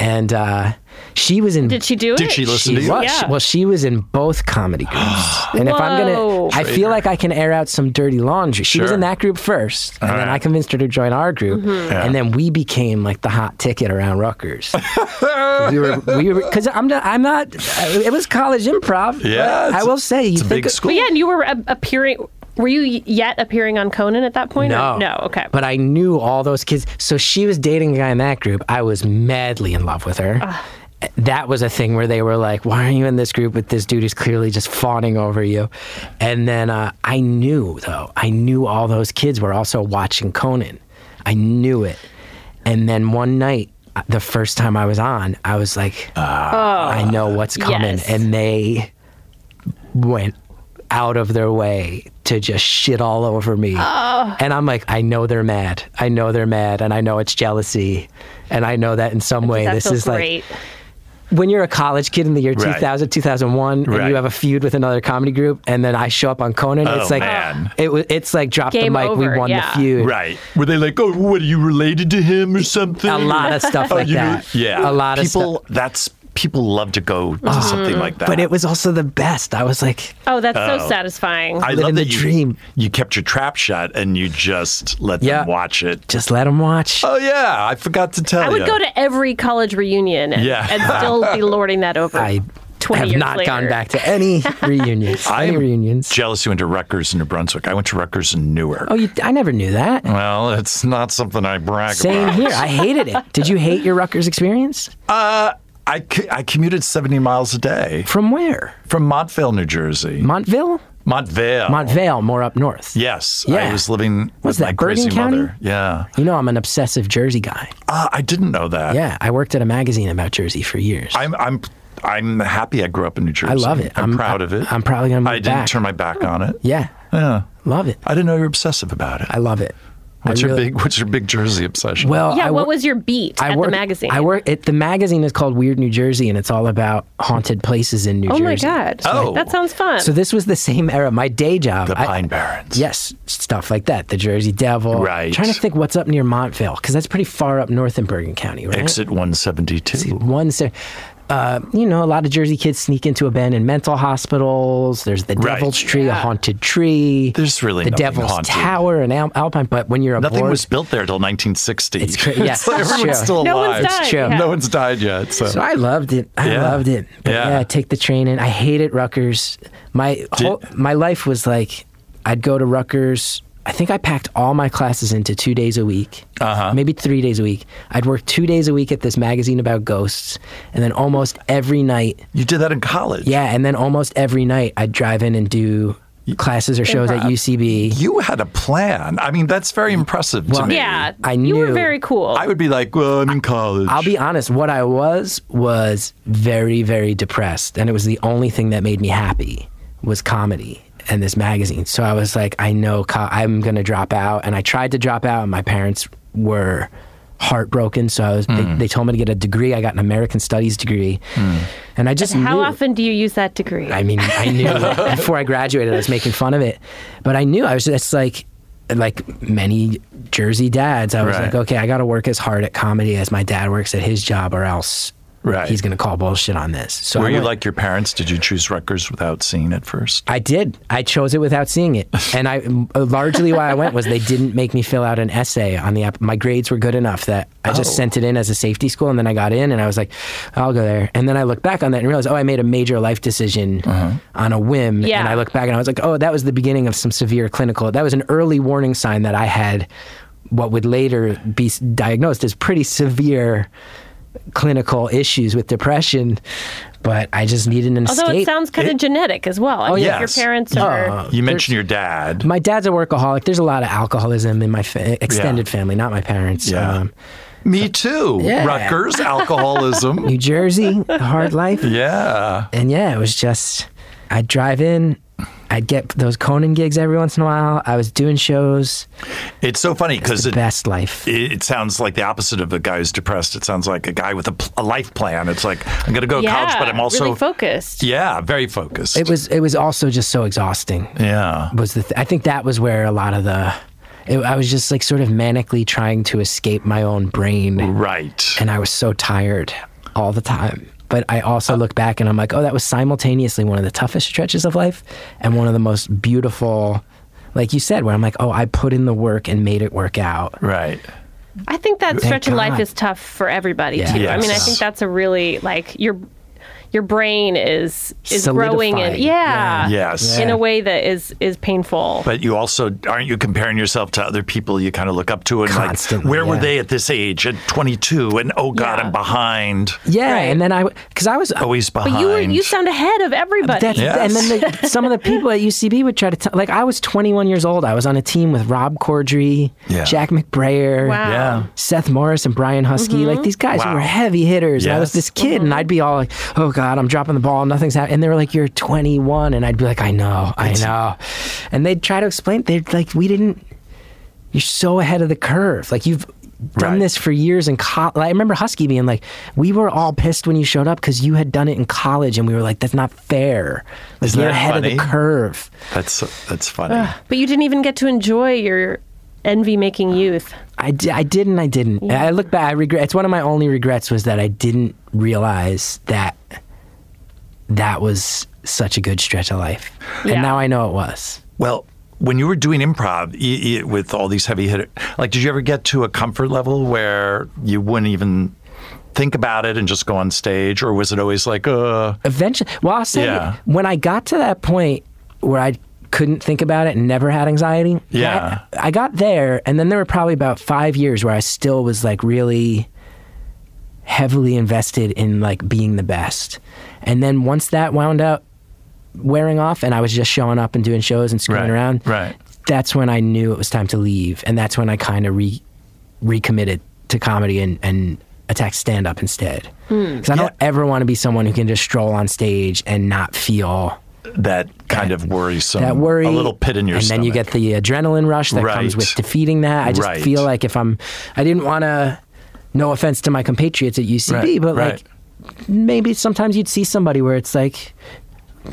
C: And uh, she was in.
B: Did she do it?
A: Did she listen to
C: She
A: you?
C: was,
B: Yeah.
C: Well, she was in both comedy groups, and if I'm gonna,
B: Whoa.
C: I feel like I can air out some dirty laundry. She was
A: Sure.
C: in that group first, and then
A: right.
C: I convinced her to join our group,
B: Mm-hmm.
C: and then we became like the hot ticket around Rutgers. we were, we were, because I'm not, I'm not. It was college improv. but
A: Yeah, it's
C: I
A: a-
C: will say, you
A: it's a
C: think
A: big school.
B: But yeah, and you were a- appearing. Were you yet appearing on Conan at that point? or-
C: No,
B: No. Okay.
C: But I knew all those kids. So she was dating a guy in that group. I was madly in love with her. That was a thing where they were like, "Why are you in this group with this dude who's clearly just fawning over you?" And then uh, I knew, though, I knew all those kids were also watching Conan. I knew it. And then one night, uh, the first time I was on, I was like, "I know what's coming,"
B: Oh. yes.
C: and they went out of their way to just shit all over me.
B: Oh.
C: And I'm like, I know they're mad. I know they're mad. And I know it's jealousy. And I know that in some way,
B: that
C: this
B: feels
C: is
B: great.
C: like when you're a college kid in the year
A: Right.
C: 2000, 2001, and
A: Right.
C: you have a feud with another comedy group. And then I show up on Conan.
A: Oh,
C: it's like,
A: man.
C: it was, it's like drop the
B: Game
C: mic. we
B: over,
C: won
B: yeah.
C: the feud.
A: Right. Were they like, oh, what are you related to him or something? Oh,
C: A lot of stuff like
A: you know-
C: that.
A: yeah.
C: A lot of
A: people.
C: stuff.
A: That's people love to go to
B: Uh-huh.
A: something like that.
C: But it was also the best. I was like,
B: Oh, that's
A: Oh.
B: so satisfying.
A: I
C: living
A: love
C: the
A: that you,
C: dream.
A: You kept your trap shut and you just let them
C: Yeah.
A: watch it.
C: just let them watch.
A: Oh yeah, I forgot to tell you.
B: I would go to every college reunion and,
A: Yeah.
B: and still be lording that over.
C: I
B: 20
C: have
B: years
C: not gone
B: later.
C: back to any reunions.
A: I
C: any
A: am
C: reunions.
A: Jealous you went to Rutgers in New Brunswick. I went to Rutgers in Newark.
C: oh, you, I never knew that.
A: Well, it's not something I brag
C: Same
A: about.
C: here. I hated it. Did you hate your Rutgers experience?
A: I, c- I commuted 70 miles a day
C: From where?
A: from Montvale, New Jersey. Oh.
C: Montville?
A: Montvale.
C: Montvale, more up north.
A: Yes, I
C: Yeah.
A: was living with
C: What's
A: my
C: that,
A: crazy
C: Bergen County?
A: mother. Yeah,
C: You know, I'm an obsessive Jersey guy.
A: uh, I didn't know that.
C: Yeah, I worked at a magazine about Jersey for years.
A: I'm I'm I'm happy I grew up in New Jersey.
C: I love it.
A: I'm,
C: I'm-
A: proud
C: I-
A: of it.
C: I'm probably gonna move
A: I didn't
C: back.
A: turn my back on it.
C: yeah,
A: Yeah,
C: love it.
A: I didn't know you were obsessive about it.
C: I love it. I
A: What's your
C: really-
A: big What's your big Jersey obsession?
C: Well,
B: Yeah,
C: I
B: what
C: wor-
B: was your beat
C: I
B: at
C: work,
B: the magazine?
C: I work. It, the magazine is called Weird New Jersey, and it's all about haunted places in New
B: Oh
C: Jersey.
B: my god.
A: Oh.
B: That sounds fun.
C: So this was the same era. My day job.
A: the
C: I-
A: Pine Barrens.
C: Yes, stuff like that. The Jersey Devil.
A: Right.
C: trying to think what's up near Montville because that's pretty far up north in Bergen County, right?
A: Exit 172.
C: One, se- uh, you know, a lot of Jersey kids sneak into abandoned mental hospitals. There's the
A: Right.
C: Devil's Tree, a haunted tree.
A: There's really
C: the
A: nothing
C: Devil's
A: haunted.
C: Tower in Al- Alpine. But when you're
A: Nothing
C: aboard,
A: was built there till 1960.
C: It's cra- yeah,
A: like
C: it's
A: everyone's
C: true.
A: still
B: No one's
A: alive.
B: died, It's
C: true. yeah.
A: No one's died yet. So,
C: so I loved it. I
A: Yeah.
C: loved it. But
A: Yeah.
C: yeah. take the train in. I hated Rutgers. My whole, my life was like I'd go to Rutgers. I think I packed all my classes into two days a week, uh-huh. maybe three days a week. I'd work two days a week at this magazine about ghosts, and then almost every night
A: you did that in college.
C: Yeah, and then almost every night I'd drive in and do classes or shows at
B: Improv.
C: UCB.
A: You had a plan. I mean, that's very impressive to me.
B: yeah.
C: I
B: You were
C: knew-
B: very cool.
A: I would be like, well, I'm in college.
C: I'll be honest, what I was was very very depressed and it was the only thing that made me happy was comedy and this magazine. So I was like I know co- I'm going to drop out and I tried to drop out and my parents were heartbroken so I was they, they told me to get a degree. I got an American Studies degree. And I just
B: How
C: knew-
B: often do you use that degree?
C: I mean, I knew before I graduated, I was making fun of it, but I knew I was just like, like many Jersey dads, I was
A: Right.
C: like, okay, I got to work as hard at comedy as my dad works at his job, or else
A: Right.
C: he's going to call bullshit on this. So
A: Were
C: I
A: you
C: went-
A: like your parents? Did you choose Rutgers without seeing it first?
C: I did. I chose it without seeing it, and I uh, largely why I went was they didn't make me fill out an essay on the app. My grades were good enough that I just
A: Oh.
C: sent it in as a safety school, and then I got in, and I was like, I'll go there. And then I looked back on that and realized, oh, I made a major life decision on a whim.
B: Yeah.
C: And I looked back and I was like, oh, that was the beginning of some severe clinical. That was an early warning sign that I had what would later be s- diagnosed as pretty severe clinical issues with depression. But I just needed an
B: Although
C: escape.
B: it sounds kind of genetic as
C: Oh,
B: well. I mean, if
A: yes.
B: your parents are.
C: Uh, Uh-huh.
A: You mentioned your dad.
C: my dad's a workaholic. There's a lot of alcoholism in my fa- extended
A: Yeah.
C: family, not my parents.
A: Yeah.
C: Um,
A: Me too.
C: Yeah.
A: Rutgers, alcoholism.
C: New Jersey, hard life.
A: yeah.
C: And yeah, it was just, I'd drive in, I'd get those Conan gigs every once in a while. I was doing shows,
A: It's so funny because it,
C: best life.
A: it it sounds like the opposite of a guy who's depressed. It sounds like a guy with a, pl- a life plan. It's like, I'm going to go to
B: yeah,
A: college, but I'm also.
B: really focused.
A: yeah, very focused.
C: It was, it was also just so exhausting.
A: yeah.
C: was the th- I think that was where a lot of the, it, I was just like sort of manically trying to escape my own brain.
A: Right.
C: and I was so tired all the time. But I also
A: Uh,
C: look back and I'm like, oh, that was simultaneously one of the toughest stretches of life and one of the most beautiful, like you said, where I'm like, oh, I put in the work and made it work out.
A: Right.
B: I think that stretch of life
C: God.
B: is tough for everybody
C: Yeah.
B: too. I mean, I
A: Yes.
B: think that's a really like your your brain is is growing and
C: Solidifying.
B: yeah,
A: Yes.
B: in
C: Yeah.
B: a way that is is painful.
A: But you also aren't you comparing yourself to other people you kind of look up to and
C: Constantly,
A: like where were
C: yeah.
A: they at this age at 22 and oh god
B: Yeah.
A: I'm behind
C: Yeah.
B: Right.
C: And then I, because I was,
A: always behind.
B: but you were you sound ahead of everybody.
C: that's,
A: Yes.
C: and then the, some of the people at UCB would try to tell, like, I was 21 years old. I was on a team with Rob Cordry,
A: Yeah.
C: Jack McBrayer.
B: wow.
A: yeah.
C: Seth Morris and Brian Husky, like these guys who
A: Wow.
C: were heavy hitters. And I was
A: Yes.
C: this kid, and I'd be all like, "Oh God, I'm dropping the ball, nothing's happening." And they were like, "You're 21," and I'd be like, "I know, I know," and they'd try to explain. They'd like, "We didn't. You're so ahead of the curve. Like you've." Done
A: Right.
C: this for years in college. I remember Husky being like, "We were all pissed when you showed up because you had done it in college, and we were like, that's not fair. Like,
A: Isn't
C: you're
A: that
C: ahead of the
A: funny?
C: curve.'"
A: That's that's funny.
B: But you didn't even get to enjoy your envy making youth.
C: I, di- I did and I didn't. I look back, I regret. It's one of my only regrets was that I didn't realize that that was such a good stretch of life.
B: Yeah.
C: And now I know it was.
A: Well, when you were doing improv y- y- with all these heavy hitters, like, did you ever get to a comfort level where you wouldn't even think about it and just go on stage, or was it always like, uh,
C: Eventually, well, I'll say
A: Yeah.
C: when I got to that point where I couldn't think about it and never had anxiety,
A: Yeah.
C: I, I got there, and then there were probably about five years where I still was like really heavily invested in like being the best. And then once that wound up wearing off, and I was just showing up and doing shows and screwing
A: Right,
C: around,
A: right.
C: That's when I knew it was time to leave, and that's when I kind of re recommitted to comedy and and attacked stand up instead. Because I don't
A: Yeah.
C: ever want to be someone who can just stroll on stage and not feel
A: that kind of worrisome,
C: that worry,
A: a little pit in your
C: and
A: stomach?
C: then you get the adrenaline rush that comes
A: Right.
C: with defeating that. I just
A: Right.
C: feel like if I'm, I didn't want to. No offense to my compatriots at UCB,
A: Right,
C: but
A: right.
C: like maybe sometimes you'd see somebody where it's like.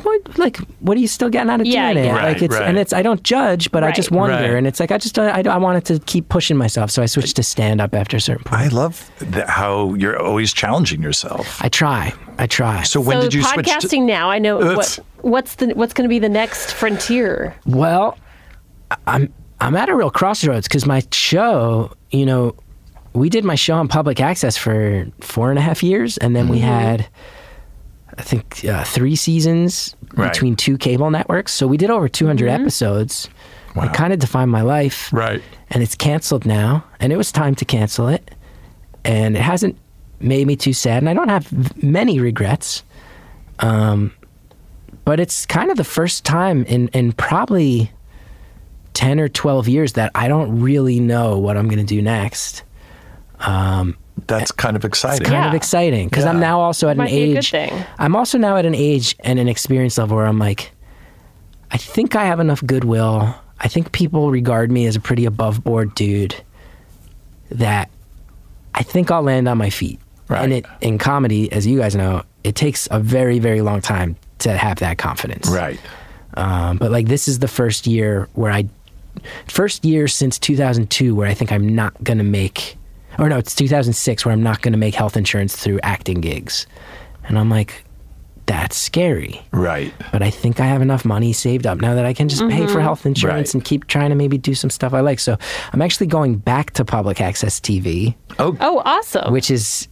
C: What like what are you still getting out of
B: Yeah,
C: doing it?
B: yeah.
A: Right,
C: like it's
A: right.
C: and it's I don't judge, but I just
B: Right.
C: wonder,
A: Right.
C: and it's like I just don't, I, I wanted to keep pushing myself, so I switched to stand up after a certain point.
A: I love that how you're always challenging yourself.
C: I try, I try.
A: So when
B: so
A: did you switch?
B: podcasting
A: To,
B: now, I know
A: That's-
B: what what's the what's going to be the next frontier.
C: Well, I- I'm I'm at a real crossroads because my show, you know, we did my show on public access for four and a half years, and then we
A: Mm-hmm.
C: had, I think, uh, three seasons
A: Right. Mm-hmm.
C: between two cable networks. So we did over 200 episodes.
A: Wow.
C: It kind of defined my life,
A: right.
C: and it's canceled now, and it was time to cancel it, and it hasn't made me too sad, and I don't have v- many regrets Um, but it's kind of the first time in, in probably 10 or 12 years that I don't really know what I'm going to do next.
A: That's kind of exciting.
C: Kind
B: Yeah.
C: of exciting because I'm
A: Yeah.
C: now also at
B: Might
C: an
B: be a
C: age.
B: good thing.
C: I'm also now at an age and an experience level where I'm like, I think I have enough goodwill. I think people regard me as a pretty above board dude that I think I'll land on my feet.
A: Right.
C: And it in comedy, as you guys know, it takes a very, very long time to have that confidence.
A: Right.
C: Um, but like this is the first year where I first year since 2002 where I think I'm not going to make, or no, it's 2006 where I'm not going to make health insurance through acting gigs. And I'm like, that's scary.
D: Right.
C: But I think I have enough money saved up now that I can just pay for health insurance
D: Right.
C: and keep trying to maybe do some stuff I like. So I'm actually going back to public access TV,
B: Oh, awesome.
C: which is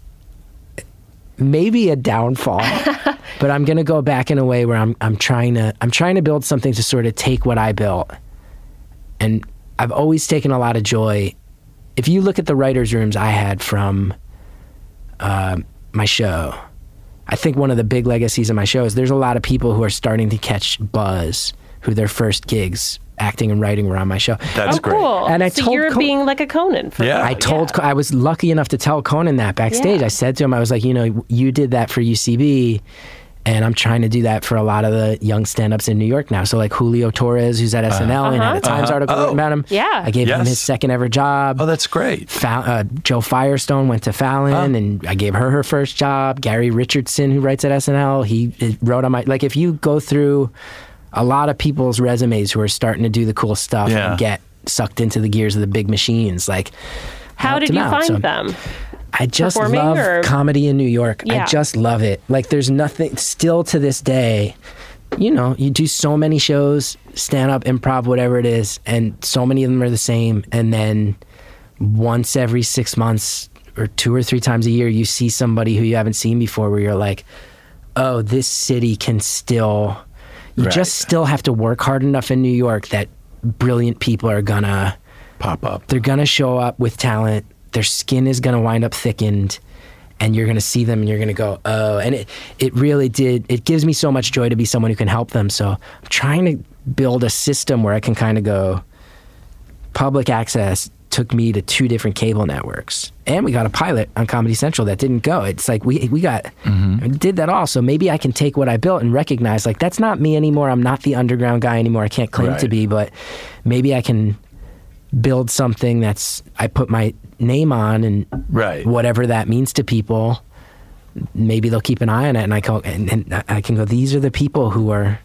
C: maybe a downfall, but I'm going to go back in a way where I'm I'm trying to I'm trying to build something to sort of take what I built. And I've always taken a lot of joy. If you look at the writers' rooms I had from uh, my show, I think one of the big legacies of my show is there's a lot of people who are starting to catch buzz who their first gigs acting and writing were on my show.
A: That's
B: oh,
A: great.
B: cool.
C: And I
B: so
C: told
B: you're
C: Co-
B: being like a Conan. For
A: Yeah.
C: I told Co- I was lucky enough to tell Conan that backstage.
B: Yeah.
C: I said to him, I was like, you know, you did that for UCB, and I'm trying to do that for a lot of the young stand-ups in New York now. So like Julio Torres, who's at SNL and had a Times article written about him.
B: Yeah.
C: I gave him
A: Yes.
C: his second ever job.
A: Oh, that's great.
C: Fal- uh, Joe Firestone went to Fallon, and I gave her her first job. Gary Richardson, who writes at SNL, he, he wrote on my like. If you go through a lot of people's resumes who are starting to do the cool stuff
A: Yeah.
C: and get sucked into the gears of the big machines, like
B: How
C: helped
B: did
C: him
B: you
C: out.
B: find
C: So
B: them?
C: I just
B: performing,
C: love
B: or-
C: comedy in New York.
B: Yeah.
C: I just love it. Like there's nothing still to this day. You know, you do so many shows, stand up, improv, whatever it is, and so many of them are the same. And then once every six months or two or three times a year, you see somebody who you haven't seen before where you're like, oh, this city can still, you
D: Right.
C: just still have to work hard enough in New York that brilliant people are gonna
D: Pop up.
C: they're gonna show up with talent. Their skin is gonna wind up thickened, and you're gonna see them, and you're gonna go, oh. And it it really did. It gives me so much joy to be someone who can help them. So I'm trying to build a system where I can kind of go. Public access took me to two different cable networks, and we got a pilot on Comedy Central that didn't go. It's like we we got did that all. So maybe I can take what I built and recognize like that's not me anymore. I'm not the underground guy anymore. I can't claim to
D: Right.
C: be, but maybe I can build something that's I put my name on and
D: Right.
C: whatever that means to people. Maybe they'll keep an eye on it, and I go and, and I can go. These are the people who are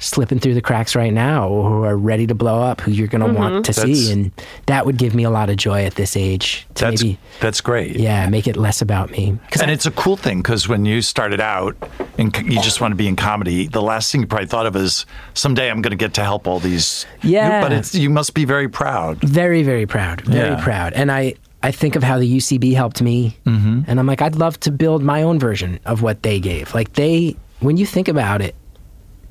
C: slipping through the cracks right now, or who are ready to blow up, who you're going to want to
A: That's-
C: see, and that would give me a lot of joy at this age. To
A: That's
C: maybe,
A: that's great.
C: yeah, make it less about me. 'Cause
A: And it's a cool thing because when you started out and c- you just want to be in comedy, the last thing you probably thought of is someday I'm going to get to help all these.
C: Yeah.
A: But it's, you must be very proud.
C: very very proud very
A: Yeah.
C: proud and i i think of how the ucb helped me mm-hmm. and i'm like i'd love to build my own version of what they gave like they when you think about it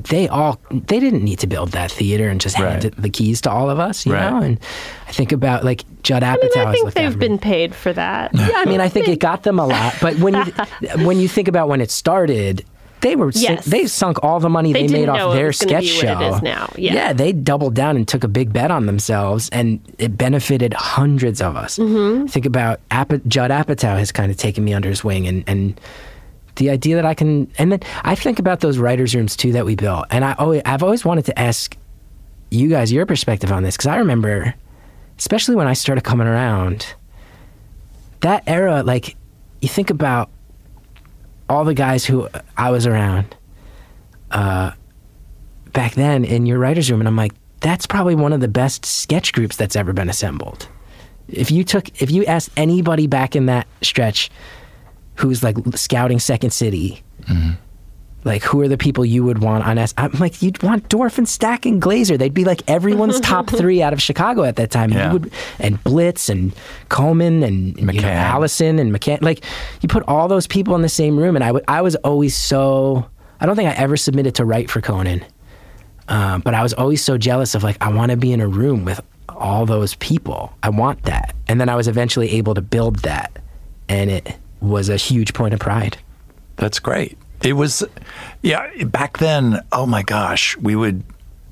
C: they all they didn't need to build that theater and just hand
D: Right.
C: it- the keys to all of us you
A: Right.
C: know and i think about like judd apatow
B: I mean, I
C: is
B: think
C: looked at
B: they've
C: me.
B: been paid for that.
C: Yeah, I mean, I think it got them a lot. But when you when you think about when it started, they were sin-
B: Yes.
C: they sunk all the money
B: They
C: they, made
B: didn't know
C: off
B: it
C: their
B: was gonna
C: sketch
B: be
C: show.
B: what it is now. Yeah.
C: they doubled down and took a big bet on themselves, and it benefited hundreds of us.
B: Mm-hmm.
C: Think about Apa- Judd Apatow has kind of taken me under his wing, and and. The idea that I can, and then I think about those writers' rooms too that we built, and I always, I've always wanted to ask you guys your perspective on this because I remember, especially when I started coming around, that era, like, you think about all the guys who I was around uh, back then in your writer's room, and I'm like, that's probably one of the best sketch groups that's ever been assembled. If you took, if you asked anybody back in that stretch who's like scouting Second City, like who are the people you would want on S? I'm like, you'd want Dorf and Stack and Glazer. They'd be like everyone's top three out of Chicago at that time.
A: Yeah.
C: You would, and Blitz and Coleman and you know,
A: McCann.
C: Allison and McCann. Like you put all those people in the same room, and I would- I was always so. I don't think I ever submitted to write for Conan, um, but I was always so jealous of like I want to be in a room with all those people. I want that, and then I was eventually able to build that, and it was a huge point of pride.
A: That's great. It was, yeah, back then, oh my gosh, we would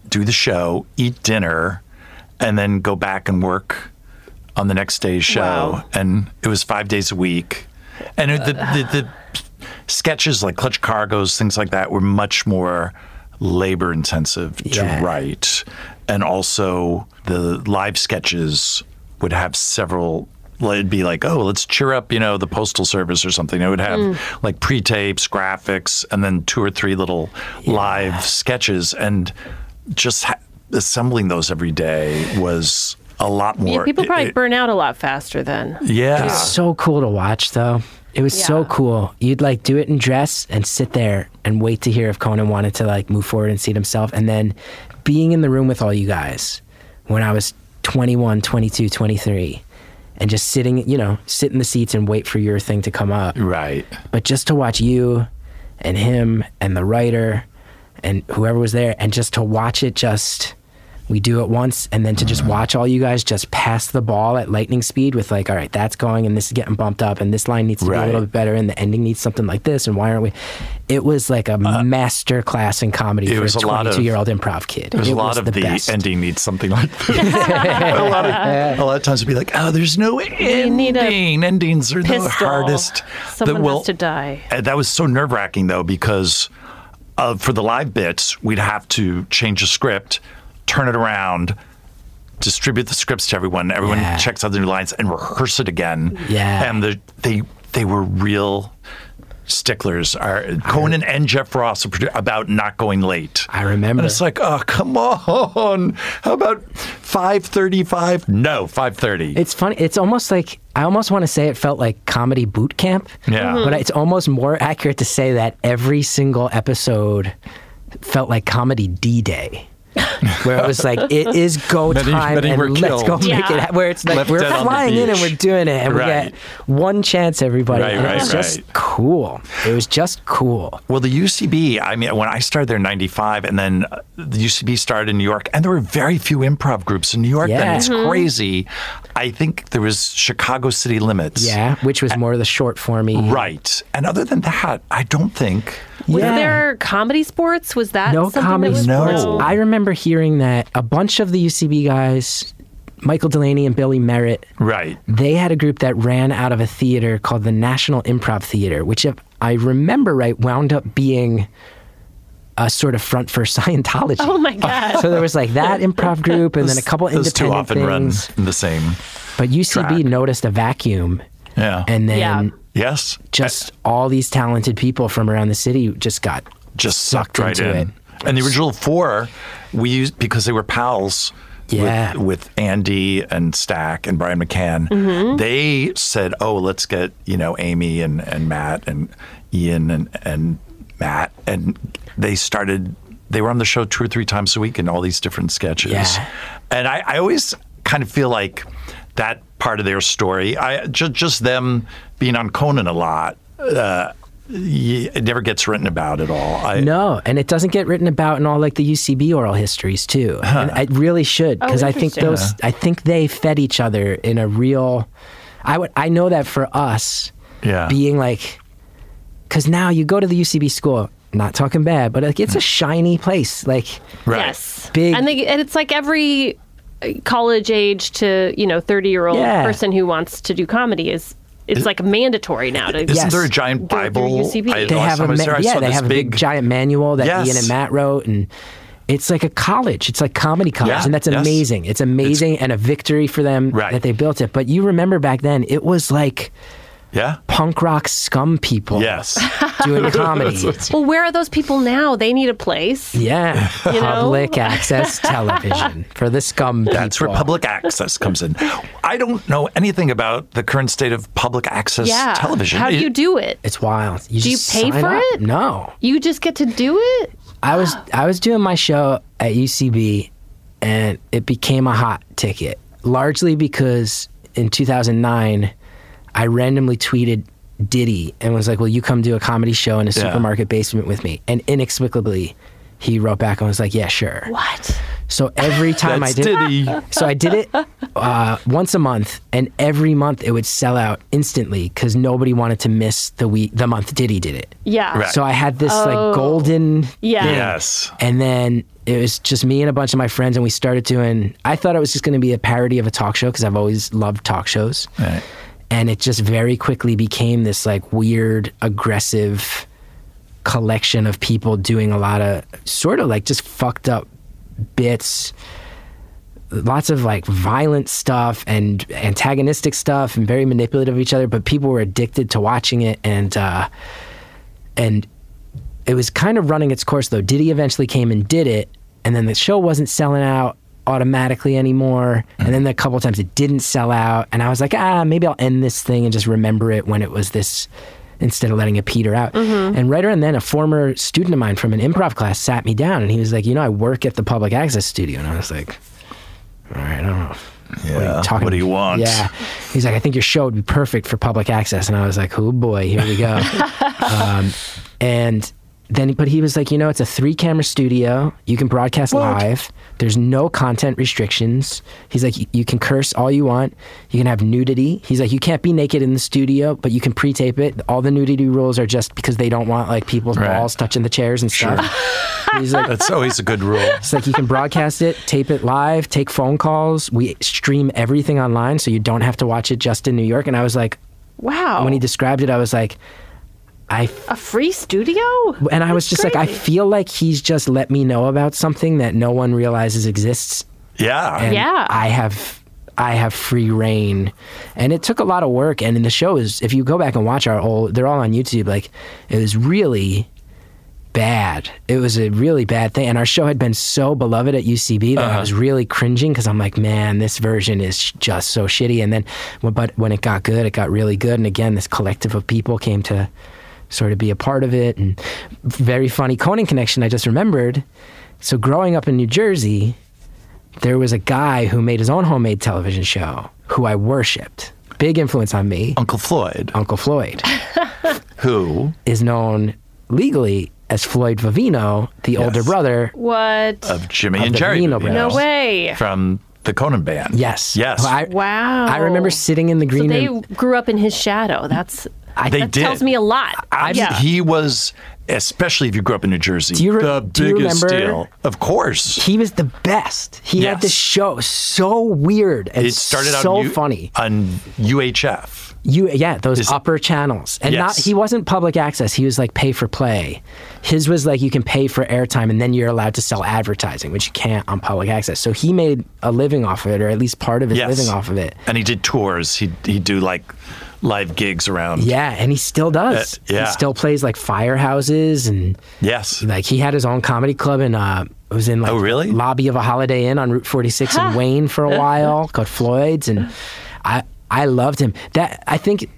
A: do the show, eat dinner, and then go back and work on the next day's show.
B: Wow.
A: And it was five days a week. And it, the, the, the sketches like Clutch Cargoes, things like that, were much more labor intensive
C: Yeah.
A: to write. And also the live sketches would have several. It'd be like, oh, let's cheer up, you know, the postal service or something. It would have
C: Mm.
A: like pre-tapes, graphics, and then two or three little live sketches, and just ha- assembling those every day was a lot more.
B: yeah, people
A: it-
B: probably
A: it-
B: burn out a lot faster then.
A: yeah.
C: so cool to watch though. It was so
B: Yeah.
C: cool. You'd like do it in dress and sit there and wait to hear if Conan wanted to like move forward and seat himself. And then being in the room with all you guys when I was 21, 22, 23 and just sitting, you know, sit in the seats and wait for your thing to come up.
A: Right.
C: But just to watch you and him and the writer and whoever was there and just to watch it just we do it once and then to
A: Mm-hmm.
C: just watch all you guys just pass the ball at lightning speed with like all right that's going and this is getting bumped up and this line needs to be a little
A: Right.
C: bit better and the ending needs something like this and why aren't we it was like a master class in comedy
A: Uh, it
C: for
A: was
C: a
A: a lot of-
C: 22 year old improv kid
A: There's
C: it
A: a lot
C: was
A: of
C: the,
A: the,
C: best.
A: ending needs something like this. a, lot of, a lot of times it'd be like, oh, there's no ending.
B: need a
A: Endings are
B: Pistol.
A: the hardest.
B: Someone
A: that will,
B: has to die.
A: Uh, That was so nerve wracking though because uh, for the live bits we'd have to change the script, turn it around, distribute the scripts to everyone. Everyone
C: Yeah.
A: checks out the new lines and rehearse it again.
C: Yeah.
A: and the, they they were real sticklers. Are Conan and Jeff Ross are produ- about not going late.
C: I remember.
A: And it's like, oh come on! How about five thirty-five? No, five thirty.
C: It's funny. It's almost like I almost want to say it felt like comedy boot camp.
A: Yeah. Mhm.
C: But it's almost more accurate to say that every single episode felt like comedy D Day. where it was like it is go
A: Many-
C: time
A: many
C: and
A: were
C: let's go
A: killed.
C: make it.
B: Yeah.
C: ha- Where it's like
A: Left
C: we're
A: dead on the
C: flying in and
A: beach.
C: we're doing it, and
A: Right.
C: we got one chance, everybody.
A: Right,
C: and it was
A: right,
C: just
A: right.
C: cool. It was just cool.
A: Well, the UCB, I mean, when I started there in 95, and then uh, the UCB started in New York, and there were very few improv groups in New York then.
C: Yeah.
A: It's crazy. I think there was Chicago City Limits.
C: Yeah, which was more the short formy.
A: Right. And other than that, I don't think.
B: Was
C: Yeah.
B: there comedy sports? Was that
C: no
B: something
C: comedy
B: that was
A: No.
C: sports. I remember hearing that a bunch of the UCB guys, Michael Delaney and Billy Merritt,
A: Right.
C: they had a group that ran out of a theater called the National Improv Theater, which, if I remember right, wound up being a sort of front for Scientology.
B: Oh my god!
C: so there was like that improv group, and then a couple
A: Those two
C: independent
A: often
C: things.
A: run the same.
C: But UCB
A: track.
C: noticed a vacuum,
A: Yeah.
C: and then
B: Yeah.
A: yes.
C: just all these talented people from around the city just got
A: just sucked
C: sucked
A: right
C: into
A: in.
C: it.
A: And the original four, we used because they were pals.
C: Yeah.
A: With, with Andy and Stack and Brian McCann,
C: Mm-hmm.
A: they said, "Oh, let's get you know Amy and, and Matt and Ian and and Matt," and they started. They were on the show two or three times a week in all these different sketches,
C: Yeah.
A: and I, I always kind of feel like that part of their story. I just just them being on Conan a lot. Uh, y- it never gets written about at all. I,
C: No, and it doesn't get written about in all like the UCB oral histories too. And it really should because I think
B: interesting.
C: those I think they fed each other in a real. I would I know that for us,
A: Yeah.
C: being like, because now you go to the UCB school. Not talking bad, but like it's a
A: Hmm.
C: shiny place. Like
A: Right.
B: Yes,
C: Big-
B: and, they, and it's like every uh, college age to you know thirty year old
C: Yeah.
B: person who wants to do comedy is it's like mandatory now to
A: Isn't
C: Yeah. Yes.
A: there a giant
B: Go through
A: Bible?
B: UCB.
A: Oh, I-
C: they
A: last
C: have a
A: time I was
C: ma-
A: there, I
C: yeah,
A: saw
C: they
A: this
C: have a big giant manual that
A: Yes.
C: Ian and Matt wrote, and it's like a college. It's like comedy college,
A: Yeah,
C: and that's
A: yes.
C: amazing. It's amazing and a victory for them
A: Right.
C: that they built it. But you remember back then, it was like
A: Yeah.
C: punk rock scum people
A: Yes.
C: doing comedy.
B: Well, where are those people now? They need a place.
C: yeah,
B: You know?
C: public access television for the scum
A: That's where
C: people.
A: public access comes in. I don't know anything about the current state of public access
B: Yeah.
A: television.
B: How do
A: It-
B: you do it?
C: It's wild. You
B: Do you
C: just
B: pay
C: sign
B: for
C: up.
B: it?
C: No,
B: You just get to do it.
C: I was I was doing my show at UCB, and it became a hot ticket largely because in 2009, I randomly tweeted Diddy and was like, "Will you come do a comedy show in a
A: Yeah.
C: supermarket basement with me?" And inexplicably, he wrote back and was like, "Yeah, sure."
B: What?
C: So every time I
A: That's
C: did,
A: Diddy.
C: so I did it uh, once a month, and every month it would sell out instantly because nobody wanted to miss the week, the month Diddy did it.
B: Yeah.
A: Right.
C: So I had this
B: Oh.
C: like golden
B: Yeah.
C: thing.
A: Yes.
C: and then it was just me and a bunch of my friends, and we started doing. I thought it was just going to be a parody of a talk show because I've always loved talk shows,
A: Right.
C: and it just very quickly became this like weird, aggressive collection of people doing a lot of sort of like just fucked up bits lots of like violent stuff and antagonistic stuff and very manipulative of each other but people were addicted to watching it and uh and it was kind of running its course though diddy eventually came and did it and then the show wasn't selling out automatically anymore. And then a couple times it didn't sell out, and I was like, ah, maybe I'll end this thing and just remember it when it was this. Instead of letting it peter out. And right around then, a former student of mine from an improv class sat me down and he was like, You know, I work at the public access studio. And I was like, All right, I don't know. What are you talking
A: What do you want?
C: Yeah. He's like, I think your show would be perfect for public access. And I was like, oh boy, here we go. um, and then, but he was like, you know, it's a three camera studio. You can broadcast live. There's no content restrictions. He's like, "You- you can curse all you want. You can have nudity. He's like, you can't be naked in the studio, but you can pre tape it. All the nudity rules are just because they don't want like people's
A: Right.
C: balls touching the chairs and stuff. He's like,
A: That's always a good rule.
C: it's like you can broadcast it, tape it live, take phone calls. We stream everything online, so you don't have to watch it just in New York. And I was like,
B: Wow.
C: when he described it, I was like, I
B: a free studio?
C: and I was just like, I
B: crazy.
C: feel like he's just let me know about something that no one realizes exists,
A: Yeah.
C: and
B: Yeah.
C: I have. I have free reign, and it took a lot of work. And in the show is, if you go back and watch our old, they're all on YouTube. Like it was really bad. It was a really bad thing. And our show had been so beloved at UCB that I was really cringing because I'm like, man, this version is sh- just so shitty. And then, w- but when it got good, it got really good. And again, this collective of people came to sort of be a part of it. And very funny Conan connection I just remembered. So growing up in New Jersey, there was a guy who made his own homemade television show who I worshipped. Big influence on me,
A: Uncle Floyd,
C: Uncle Floyd
A: who
C: is known legally as Floyd Vivino, the older brother.
B: What?
A: of Jimmy
C: Of
A: and
C: the
A: Jerry,
C: Vino
A: Vino,
B: no
C: Brothers.
B: way.
A: from the Conan Band.
C: Yes.
A: Yes.
C: Who I,
B: Wow.
C: I remember sitting in the
B: So
C: green
B: they
C: room.
B: grew up in his shadow. That's
C: I,
A: They
B: that
A: did.
B: tells me a lot.
A: I,
B: yeah.
A: He was, especially if you grew up in New Jersey,
C: you re-
A: the
C: do you
A: biggest
C: remember-
A: deal. Of course.
C: He was the best. He had
A: Yes.
C: this show so weird and
A: It started out
C: so
A: on U-
C: funny.
A: on UHF.
C: You yeah, those
A: Is-
C: upper channels. And not
A: Yes.
C: he wasn't public access. He was like pay for play. His was like you can pay for airtime and then you're allowed to sell advertising, which you can't on public access. So he made a living off of it, or at least part of his
A: Yes.
C: living off of it.
A: And he did tours. He'd, he'd do like live gigs around.
C: Yeah, and he still does.
A: Uh, yeah.
C: He still plays like firehouses and
A: Yes.
C: like he had his own comedy club in uh it was in like
A: Oh, really?
C: lobby of a Holiday Inn on Route 46 in Wayne for a while called Floyd's and I I loved him. That I think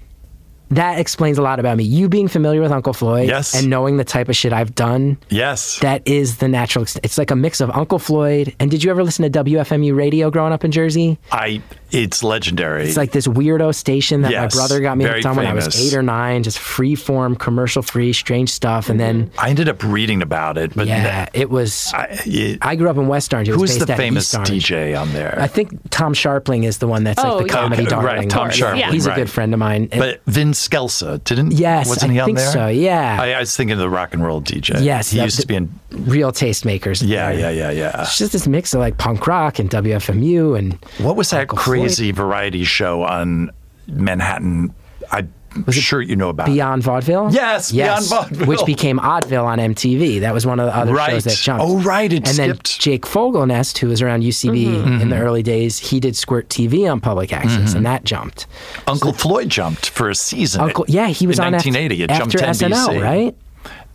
C: that explains a lot about me. You being familiar with Uncle Floyd
A: Yes.
C: and knowing the type of shit I've done,
A: Yes.
C: that is the natural ex- it's like a mix of Uncle Floyd and did you ever listen to WFMU radio growing up in Jersey?
A: I. It's legendary.
C: It's like this weirdo station that
A: Yes,
C: my brother got me
A: very
C: hooked on when I was
A: famous.
C: 8 or 9, just free form, commercial free, strange stuff and then
A: I ended up reading about it, but
C: yeah, it was
A: I, it,
C: I grew up in West Orange. It was
A: who's
C: based
A: the
C: out of
A: famous
C: East Orange.
A: DJ on there?
C: I think Tom Sharpling is the one that's
B: Oh,
C: like the
B: yeah.
C: comedy
A: Okay,
C: darling.
A: right, Tom
B: Sharpling, Yeah.
C: He's a
A: right.
C: good friend of mine. And-
A: But Vin Skelsa didn't.
C: Yes,
A: wasn't
C: I
A: he on
C: think
A: there?
C: so, yeah.
A: I, I was thinking of the rock and roll DJ.
C: Yes,
A: he
C: that-
A: used to be in.
C: real tastemakers.
A: Yeah, yeah, yeah, yeah.
C: It's just this mix of like punk rock and WFMU and
A: What was that
C: Uncle Floyd.
A: crazy variety show on Manhattan? I'm sure you know about. it.
C: Beyond Vaudeville.
A: Yes,
C: yes,
A: Beyond Vaudeville.
C: which became Oddville on MTV. That was one of the other
A: Right.
C: shows that jumped.
A: Oh, right, it
C: and then
A: skipped. Mm-hmm.
C: Jake Fogelnest, who was around UCB in the early days, he did Squirt TV on public access, and that jumped.
A: Uncle Floyd jumped for a season.
C: Uncle, yeah, he was
A: in
C: on
A: 1980.
C: Af-
A: it
C: after
A: jumped to
C: SNL,
A: NBC.
C: right?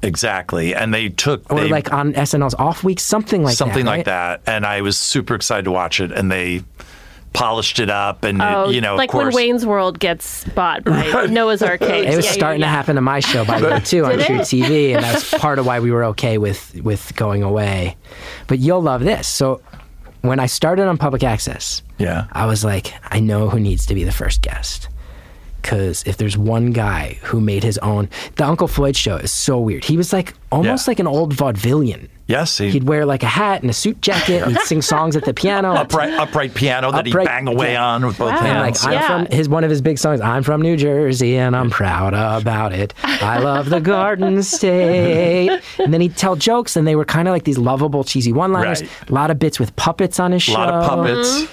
A: Exactly, and they took
C: Or
A: they,
C: like on SNL's off week, something like
A: something
C: that.
A: like
C: right?
A: that. And I was super excited to watch it, and they polished it up, and it-
B: Oh,
A: you know,
B: like
A: of course,
B: when Wayne's World gets bought by Noah's Arcade.
C: It was starting to happen to my show by then too on
B: Did
C: True
B: it?
C: TV, and that's part of why we were okay with with going away. But you'll love this. So when I started on public access,
A: yeah,
C: I was like, I know who needs to be the first guest. Because if there's one guy who made his own, the Uncle Floyd show is so weird. He was like almost
A: Yeah.
C: like an old vaudevillian.
A: yes, he,
C: He'd wear like a hat and a suit jacket. and he'd sing songs at the piano.
A: upright upright piano that
C: Upright-
A: he bang away
C: yeah.
A: on with both
B: Wow.
C: And
A: hands.
C: like I'm
B: Yeah.
C: from his one of his big songs. I'm from New Jersey and I'm proud about it. I love the Garden State. And then he'd tell jokes, and they were kind of like these lovable, cheesy one-liners.
A: Right.
C: A lot of bits with puppets on his show.
A: a lot of puppets.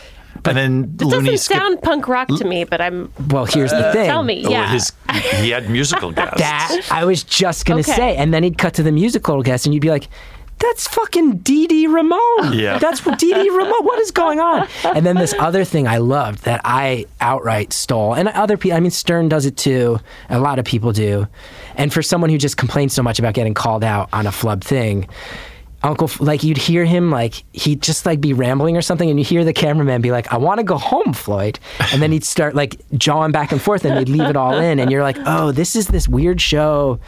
A: and then
B: Mm-hmm. It
A: Looney
B: doesn't
A: Skip.
B: sound punk rock to me, but I'm.
C: Well, here's the thing.
B: Uh, Tell me,
A: Oh,
B: yeah.
A: his, he had musical guests.
C: That I was just gonna
B: Okay.
C: say, and then he'd cut to the musical guest, and you'd be like. That's fucking Dee Dee Ramone.
A: Yeah.
C: That's what Dee Dee Ramone. What is going on? And then this other thing I loved that I outright stole, and other people. I mean, Stern does it too. A lot of people do. And for someone who just complains so much about getting called out on a flub thing, Uncle, F- like you'd hear him, like he'd just like be rambling or something, and you hear the cameraman be like, "I want to go home, Floyd," and then he'd start like jawing back and forth, and they'd leave it all in, and you're like, "Oh, this is this weird show."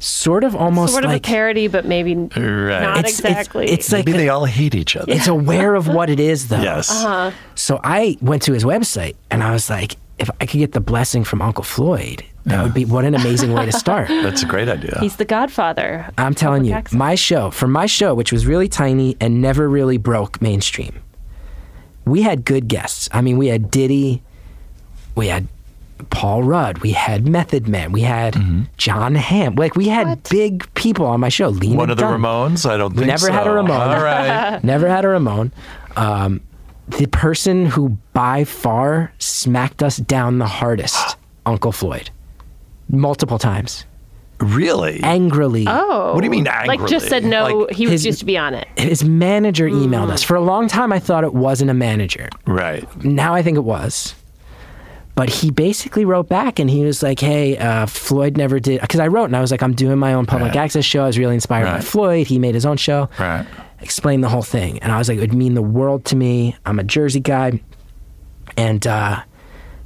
C: Sort of almost
B: Sort of
C: like
B: a parody, but maybe not
C: It's- it's-
B: exactly.
C: It's, uh, like
A: Maybe they all hate each other.
C: it's aware of what it is though.
A: Yes.
B: Uh-huh.
C: So I went to his website and I was like, if I could get the blessing from Uncle Floyd, that would be what an amazing way to start.
A: That's a great idea.
B: He's the godfather.
C: I'm telling you,
B: Jackson.
C: my show, for my show, which was really tiny and never really broke mainstream, we had good guests. I mean, we had Diddy, we had Paul Rudd, we had Method Man, we had
A: Mm-hmm.
C: John Hamm. Like, we had big people on my show. Lena
A: One of the
C: Dunham.
A: Ramones? I don't think
C: never
A: so.
C: had a Ramone.
A: All right.
C: Never had a Ramon. Um, the person who by far smacked us down the hardest, Uncle Floyd, multiple times,
A: Really?
C: angrily.
B: Oh.
A: What do you mean angrily?
B: Like just said no,
A: Like,
B: he refused
C: his-
B: to be on it.
C: His manager emailed us. For a long time, I thought it wasn't a manager.
A: Right.
C: Now I think it was. But he basically wrote back and he was like, hey, uh, Floyd never did. Because I wrote and I was like, I'm doing my own public
A: Right.
C: access show. I was really inspired by
A: Right.
C: Floyd. He made his own show.
A: Right.
C: explain the whole thing. And I was like, it would mean the world to me. I'm a Jersey guy. And uh,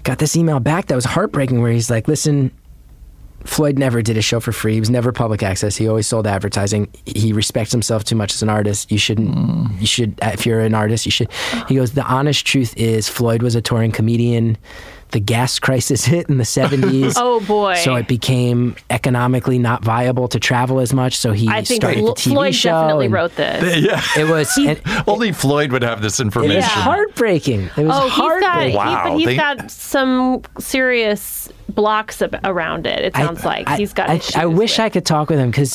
C: got this email back that was heartbreaking where he's like, listen, Floyd never did a show for free. He was never public access. He always sold advertising. He respects himself too much as an artist. You shouldn't, you should, if you're an artist, you should. He goes, the honest truth is Floyd was a touring comedian. The gas crisis hit in the 70s.
B: Oh, boy.
C: So it became economically not viable to travel as much. So he
B: I think
C: started the
B: Flo-
C: TV
B: Floyd
C: show.
B: definitely
C: and-
B: wrote this.
A: Yeah.
C: it was and
A: Only Floyd would have this
C: it
A: information.
C: was heartbreaking. It was
B: Oh, he's got,
C: heartbreaking.
B: he, but
A: Wow,
B: he's
A: they-
B: got some serious blocks ab- around it. It sounds like
C: I,
B: he's got.
C: I,
B: issues
C: I wish
B: with-
C: I could talk with him because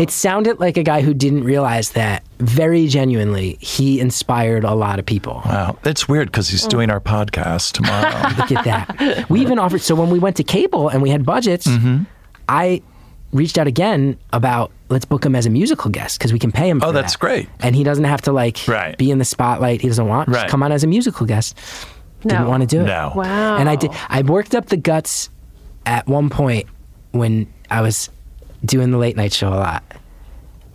C: it sounded like a guy who didn't realize that very genuinely he inspired a lot of people.
A: Wow. It's weird because he's doing our podcast tomorrow.
C: Look at that. we even offered. So when we went to cable and we had budgets,
A: Mm-hmm.
C: I reached out again about let's book him as a musical guest because we can pay him.
A: Oh,
C: for
A: that's
C: that.
A: great.
C: And he doesn't have to like
A: Right.
C: be in the spotlight. He doesn't want. Just
A: Right.
C: come on as a musical guest. Didn't
B: No.
C: want to do it.
A: No.
B: Wow.
C: And I did. I worked up the guts at one point when I was doing the late night show a lot,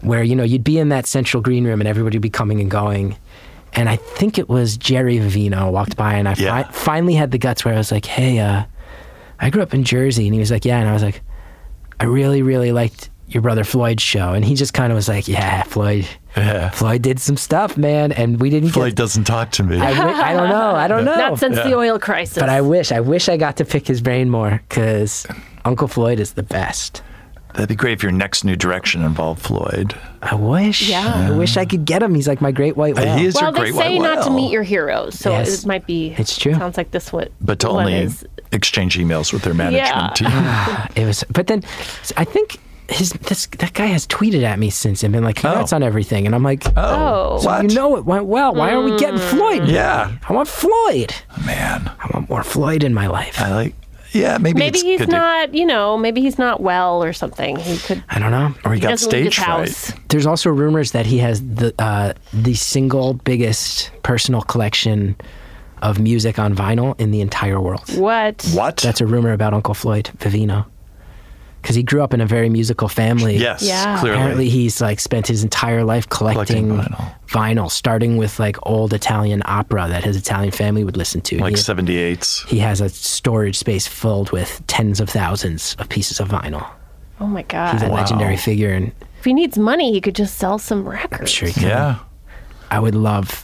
C: where you know you'd be in that central green room and everybody would be coming and going. And I think it was Jerry Vivino walked by, and I fi-
A: Yeah.
C: finally had the guts where I was like, "Hey, uh, I grew up in Jersey," and he was like, "Yeah," and I was like, "I really, really liked your brother Floyd's show," and he just kind of was like, "Yeah, Floyd,
A: Yeah.
C: Floyd did some stuff, man," and we didn't
A: Floyd
C: get.
A: doesn't talk to me.
C: I, wi- I don't know. I don't know.
B: Not since the oil crisis.
C: But I wish, I wish I got to pick his brain more because Uncle Floyd is the best.
A: That'd be great if your next new direction involved Floyd.
C: I wish.
B: Yeah.
C: I wish I could get him. He's like my great white whale.
A: Uh, He is
B: well,
A: your
B: they
A: great white
B: say not to
A: whale.
B: meet your heroes, so
C: Yes.
B: it might be.
C: It's true.
B: Sounds like this what.
A: But to
B: one
A: only
B: is.
A: exchange emails with their management team.
C: It was, but then I think his this that guy has tweeted at me since and been like, "Congrats
A: Oh.
C: on everything," and I'm like,
B: Oh.
A: what?
C: "You know it went well. Why aren't we getting Floyd?
A: Yeah.
C: I want Floyd.
A: Man.
C: I want more Floyd in my life.
A: I like, yeah, maybe,
B: Maybe
A: it's
B: he's
A: good to-
B: not. You know, maybe he's not well or something. He could.
C: I don't know.
A: or he,
B: He
A: got
B: doesn't leave his
A: stage
B: house.
A: fright.
C: There's also rumors that he has the uh, the single biggest personal collection of music on vinyl in the entire world.
B: What?
A: What?
C: That's a rumor about Uncle Floyd Vivino. Because he grew up in a very musical family.
A: yes,
B: Yeah.
A: clearly.
C: Apparently, he's like spent his entire life collecting,
A: Collecting vinyl.
C: vinyl, starting with like old Italian opera that his Italian family would listen to.
A: Like
C: he,
A: 78s.
C: he has a storage space filled with tens of thousands of pieces of vinyl.
B: Oh my God!
C: He's a legendary figure, and
B: If he needs money, he could just sell some records.
C: sure, he can-
A: Yeah.
C: I would love.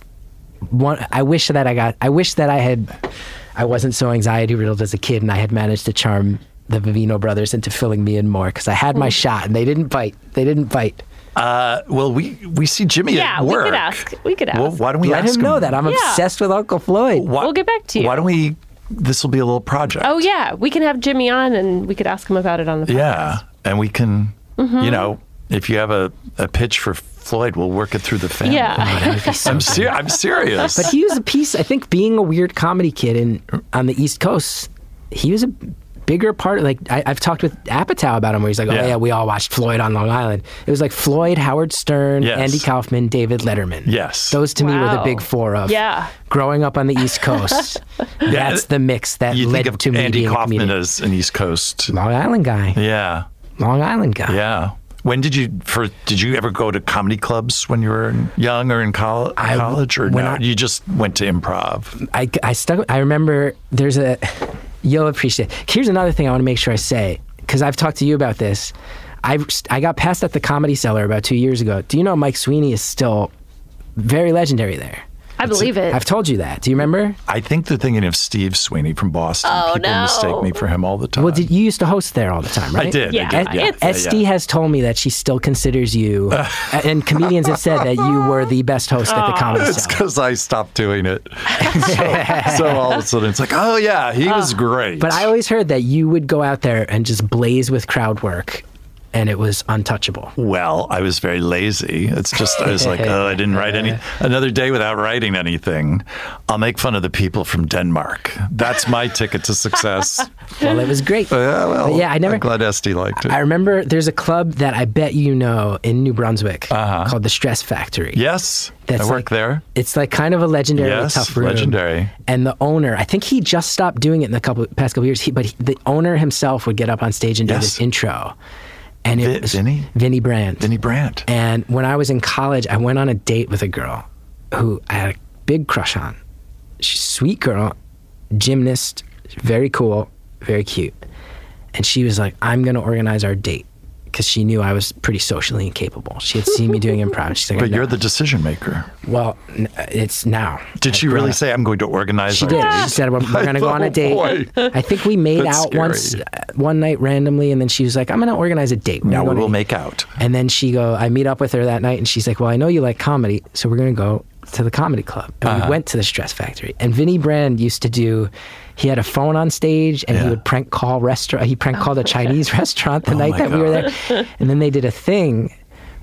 C: One, I wish that I got. I wish that I had. I wasn't so anxiety riddled as a kid, and I had managed to charm the Vivino brothers into filling me in more because I had my shot, and they didn't bite. They didn't bite.
A: Uh, well, we we see Jimmy
B: Yeah,
A: at
B: we
A: work.
B: could ask. We could ask.
A: Well, why don't we
C: Let
A: ask
C: him know that I'm
B: Yeah.
C: obsessed with Uncle Floyd.
A: Why-
B: We'll get back to you.
A: Why don't we? This will be a little project.
B: Oh yeah, we can have Jimmy on, and we could ask him about it on the. Podcast.
A: yeah, and we can.
B: Mm-hmm.
A: You know, if you have a, a pitch for Floyd, we'll work it through the family.
B: Yeah.
A: I'm ser- I'm serious.
C: But he was a piece. I think being a weird comedy kid in on the East Coast, he was a bigger part. Of, like I, I've talked with Apatow about him, where he's like, "Oh
A: Yeah.
C: yeah, we all watched Floyd on Long Island." It was like Floyd, Howard Stern,
A: Yes.
C: Andy Kaufman, David Letterman.
A: Yes.
C: those to me were the
B: Wow.
C: big four of
B: Yeah.
C: growing up on the East Coast. that's the mix that
A: you
C: led
A: think of
C: to me
A: Andy
C: being a
A: Kaufman
C: comedian.
A: as an East Coast.
C: Long Island guy.
A: Yeah,
C: Long Island guy.
A: yeah. When did you first? Did you ever go to comedy clubs when you were young or in col-
C: I-
A: college, or
C: when
A: no?
C: I-
A: you just went to improv?
C: I, I stuck. I remember there's a. You'll appreciate. Here's another thing I want to make sure I say because I've talked to you about this. I I got passed at the Comedy Cellar about two years ago. Do you know Mike Sweeney is still very legendary there?
B: I believe it.
C: I've told you that. Do you remember?
A: I think they're thinking of Steve Sweeney from Boston.
B: Oh,
A: People
B: no.
A: mistake me for him all the time.
C: Well, did, you used to host there all the time, right?
A: Uh, I did.
B: Yeah,
A: I did. Yeah.
B: it's-
A: yeah,
C: Esty
A: yeah.
C: has told me that she still considers you, and comedians have said that you were the best host at the Comedy
A: It's
C: Cellar.
A: because I stopped doing it. so, so all of a sudden it's like, oh yeah, he was great.
C: Uh, But I always heard that you would go out there and just blaze with crowd work, and it was untouchable.
A: well, I was very lazy. It's just I was like, oh, I didn't write any. Another day without writing anything. I'll make fun of the people from Denmark. That's my ticket to success.
C: Well, it was great.
A: Yeah, well,
C: But yeah, I never-
A: I'm glad Esty liked it.
C: I remember there's a club that I bet you know in New Brunswick
A: Uh-huh.
C: called the Stress Factory.
A: yes,
C: That's
A: I
C: like-
A: worked there.
C: It's like kind of a legendary
A: Yes,
C: tough room.
A: legendary.
C: And the owner, I think he just stopped doing it in the couple past couple years. He, but he, the owner himself would get up on stage and do
A: Yes.
C: this intro. And it
A: Vi-
C: was
A: Vinny?
C: Vinny Brandt.
A: Vinny Brandt.
C: And when I was in college, I went on a date with a girl who I had a big crush on. She's a sweet girl, gymnast, very cool, very cute. And she was like, I'm going to organize our date because she knew I was pretty socially incapable. She had seen me doing improv. She's like,
A: But
C: "No."
A: you're the decision maker.
C: well, n- uh, it's now.
A: Did she really say I'm going to organize?
C: She
A: our
C: did.
A: date?"
C: She said, "We're, we're going to go on a
A: Oh,
C: date."
A: boy.
C: I think we made
A: That's
C: out once,
A: scary.
C: uh, one night randomly, and then she was like, "I'm going to organize a date." We're
A: Now
C: gonna
A: we
C: go
A: will
C: to-
A: make out.
C: And then she go, I meet up with her that night, and she's like, "Well, I know you like comedy, so we're gonna go to the comedy club." And
A: Uh-huh.
C: we went to the Stress Factory. And Vinny Brand used to do. He had a phone on stage, and he
A: Yeah. Oh
C: would prank call restaurant. He
B: Oh,
C: prank called a Chinese restaurant the night
A: my
C: that we were there. And then they did a thing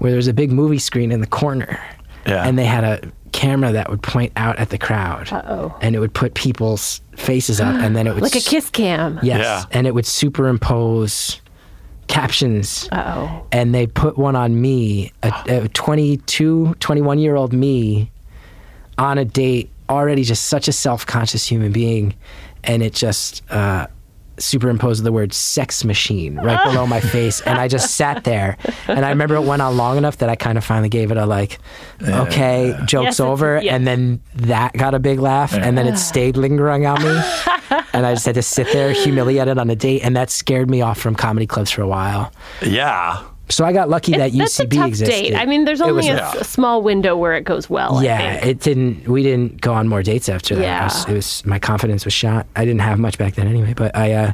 C: where there was a big movie screen in the corner,
A: Yeah.
C: and they had a camera that would point out at the crowd,
B: Uh-oh.
C: and it would put people's faces up, and then it would
B: Oh, like a
C: s-
B: kiss cam.
C: Yes,
A: Yeah.
C: and it would superimpose captions
B: Oh,
C: and they put one on me, a, a 22, 21 year old me, on a date, already just such a self conscious human being. And it just uh, superimposed the word sex machine right below my face. And I just sat there. And I remember it went on long enough that I kind of finally gave it a like, okay,
B: Yes,
C: joke's
B: it's-
C: over.
B: yeah.
C: And then that got a big laugh. And then it stayed lingering on me. and I just had to sit there humiliated on a date. And that scared me off from comedy clubs for a while.
A: Yeah.
C: So I got lucky that UCB
B: that's a tough
C: existed.
B: date. I mean, there's
C: It
B: only
C: was-
B: a,
A: Yeah.
B: s- small window where it goes well. I
C: yeah,
B: think.
C: it didn't. We didn't go on more dates after that. I
B: Yeah.
C: was- it was my confidence was shot. I didn't have much back then anyway. But I, uh,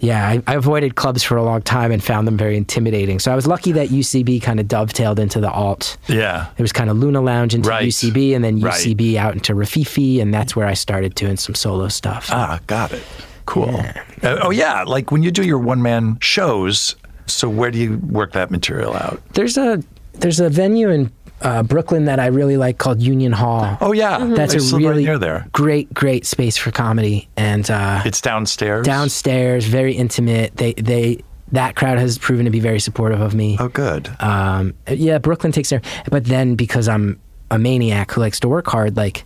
C: yeah, I, I avoided clubs for a long time and found them very intimidating. So I was lucky that UCB kind of dovetailed into the alt.
A: Yeah.
C: It was kind of Luna Lounge into
A: Right.
C: UCB, and then
A: Right.
C: UCB out into Rafifi, and that's where I started doing some solo stuff. Uh,
A: Ah, got it. Cool. Uh, oh yeah, like when you do your one man shows. So where do you work that material out?
C: there's a there's a venue in uh, Brooklyn that I really like called Union Hall.
A: Oh yeah,
C: Mm-hmm. That's
A: I
C: a
A: still
C: really
A: right near there.
C: great, great space for comedy, and uh,
A: It's downstairs.
C: downstairs, very intimate. They they that crowd has proven to be very supportive of me.
A: Oh, good.
C: Um, yeah, Brooklyn takes care. But then because I'm a maniac who likes to work hard, like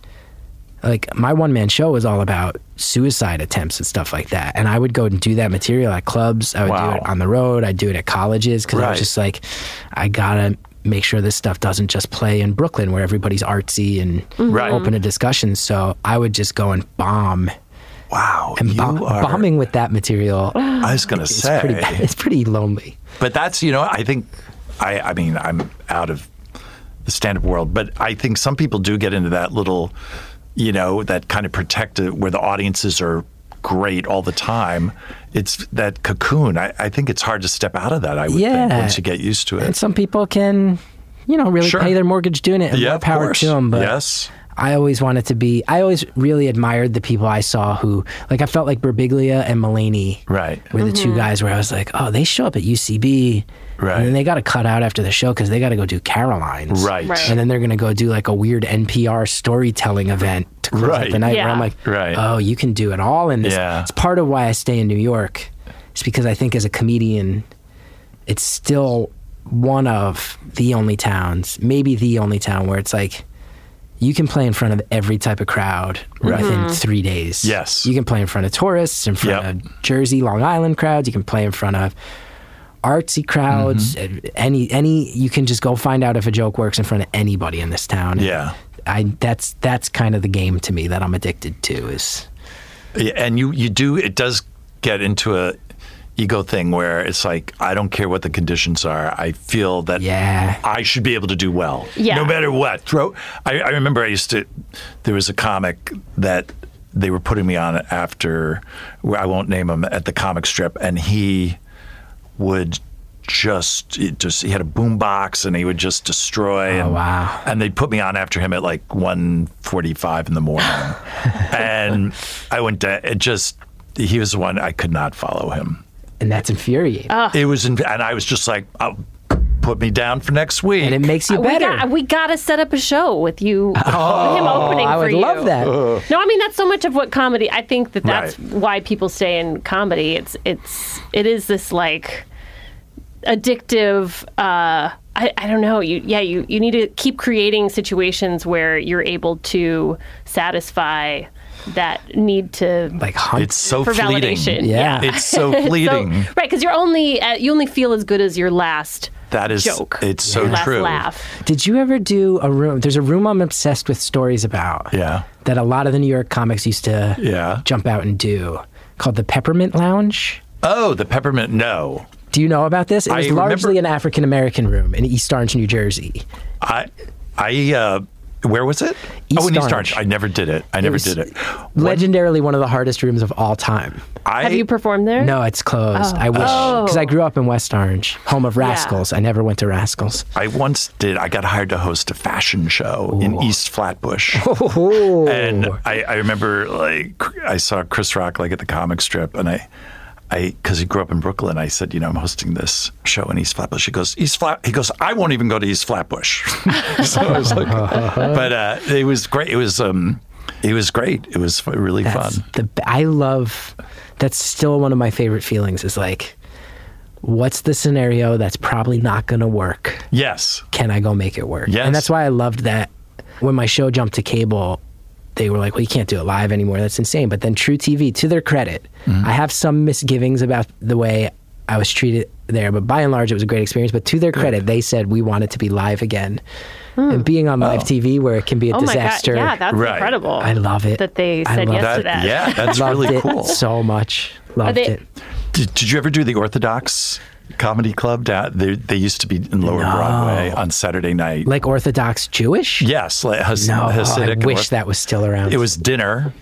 C: like my one man show is all about suicide attempts and stuff like that. And I would go and do that material at clubs. I would
A: Wow.
C: do it on the road. I'd do it at colleges because I
A: Right.
C: was just like, I gotta make sure this stuff doesn't just play in Brooklyn where everybody's artsy and
A: Right.
C: open to discussion. So I would just go and bomb
A: Wow,
C: and
A: you
C: bo-
A: are.
C: bombing with that material.
A: I was gonna
C: It's
A: say,
C: pretty. It's pretty lonely.
A: but that's you know I think I I mean I'm out of the stand up world, but I think some people do get into that little you know that kind of protective where the audiences are great all the time. It's that cocoon. I, I think it's hard to step out of that. I would think
C: Yeah.
A: once you get used to it.
C: And some people can, you know, really
A: Sure.
C: pay their mortgage doing it, and
A: yeah,
C: more
A: of
C: power
A: course.
C: to them. But
A: yes.
C: I always wanted to be. I always really admired the people I saw who, like, I felt like Berbiglia and Mulaney
A: Right.
C: were the two guys where I was like, oh, they show up at UCB,
A: Right.
C: And then they got to cut out after the show because they got to go do Caroline's,
A: Right.
B: Right.
C: And then they're gonna go do like a weird NPR storytelling event to close out
A: Right.
C: the night. Where
B: Yeah.
C: I'm like,
A: Right.
C: oh, you can do it all in this.
A: Yeah.
C: It's part of why I stay in New York. It's because I think as a comedian, it's still one of the only towns, maybe the only town where it's like you can play in front of every type of crowd within
B: Mm-hmm.
C: three days.
A: Yes.
C: You can play in front of tourists, in front
A: Yep.
C: of Jersey, Long Island crowds. You can play in front of artsy crowds.
A: Mm-hmm.
C: Any any you can just go find out if a joke works in front of anybody in this town.
A: Yeah.
C: I that's that's kind of the game to me that I'm addicted to is
A: Yeah, and you you do it does get into a ego thing where it's like I don't care what the conditions are. I feel that
C: Yeah.
A: I should be able to do well.
B: Yeah.
A: No matter what. Throw I, I remember I used to there was a comic that they were putting me on after I won't name him at the comic strip and he would just it just he had a boom box and he would just destroy and,
C: Oh, wow.
A: and they'd put me on after him at like 1.45 in the morning and i went to it just he was the one i could not follow him
C: and that's infuriating.
B: Oh,
A: it was in, and i was just like oh, put me down for next week
C: and it makes you
B: We,
C: better. Oh,
B: got, we gotta set up a show with you, him opening
C: I
B: for
C: would
B: you.
C: love that.
B: No, I mean that's so much of what comedy. I think that that's
A: Right.
B: why people stay in comedy. It's it's it is this like addictive. Uh, I I don't know. You yeah. You you need to keep creating situations where you're able to satisfy that need to
C: like hunt.
A: it's so
B: for
A: fleeting
B: validation.
C: Yeah.
A: it's so
B: So,
A: fleeting
B: right, because you're only uh, you only feel as good as your last
A: that is
B: joke.
A: it's so
B: your last
A: true
B: laugh.
C: Did you ever do a room? There's a room I'm obsessed with stories about.
A: Yeah.
C: That a lot of the New York comics used to
A: Yeah.
C: jump out and do called the Peppermint Lounge.
A: oh the peppermint no
C: Do you know about this? It
A: I
C: was
A: remember-
C: largely an African American room in East Orange, New Jersey.
A: I, I, uh, where was it? oh, in
C: East
A: East
C: Orange.
A: Orange. I never did it. I never
C: was
A: did it.
C: Legendarily, one of the hardest rooms of all time.
A: I,
B: Have you performed there?
C: No, it's closed. I wish because I grew up in West Orange, home of Rascals. I never went to Rascals.
A: I once did. I got hired to host a fashion show in East Flatbush. And I, I remember like I saw Chris Rock like at the comic strip, and I, I because he grew up in Brooklyn, I said, you know, I'm hosting this show in East Flatbush. He goes, East Flat. He goes, I won't even go to East Flatbush. so I was like, but uh, it was great. It was um, it was great. It was fu- really
C: That's
A: fun.
C: the b- I love. That's still one of my favorite feelings. Is like, what's the scenario that's probably not going to work?
A: Yes.
C: Can I go make it work?
A: Yes.
C: And that's why I loved that when my show jumped to cable. They were like, "Well, you can't do it live anymore. That's insane." But then True TV, to their credit,
A: Mm-hmm.
C: I have some misgivings about the way I was treated there, but by and large, it was a great experience. But to their credit, they said we want it to be live again, and being
A: Oh.
C: on live TV where it can be a
B: Hmm. Oh my god!
C: disaster.
B: Yeah, that's
A: Right.
B: incredible.
C: I love it.
B: that they
C: I
B: said
C: love
B: yes
C: it.
B: to that.
A: Yeah, that's
C: Loved
A: really
C: it
A: cool.
C: so much. Loved
B: they-
C: it.
A: Did, did you ever do the Orthodox Comedy Club? Down, they, they used to be in Lower Broadway on Saturday night.
C: Like Orthodox Jewish?
A: yes, like Has,
C: No,
A: Hasidic. and
C: I wish
A: Orth-
C: that was still around.
A: It was dinner,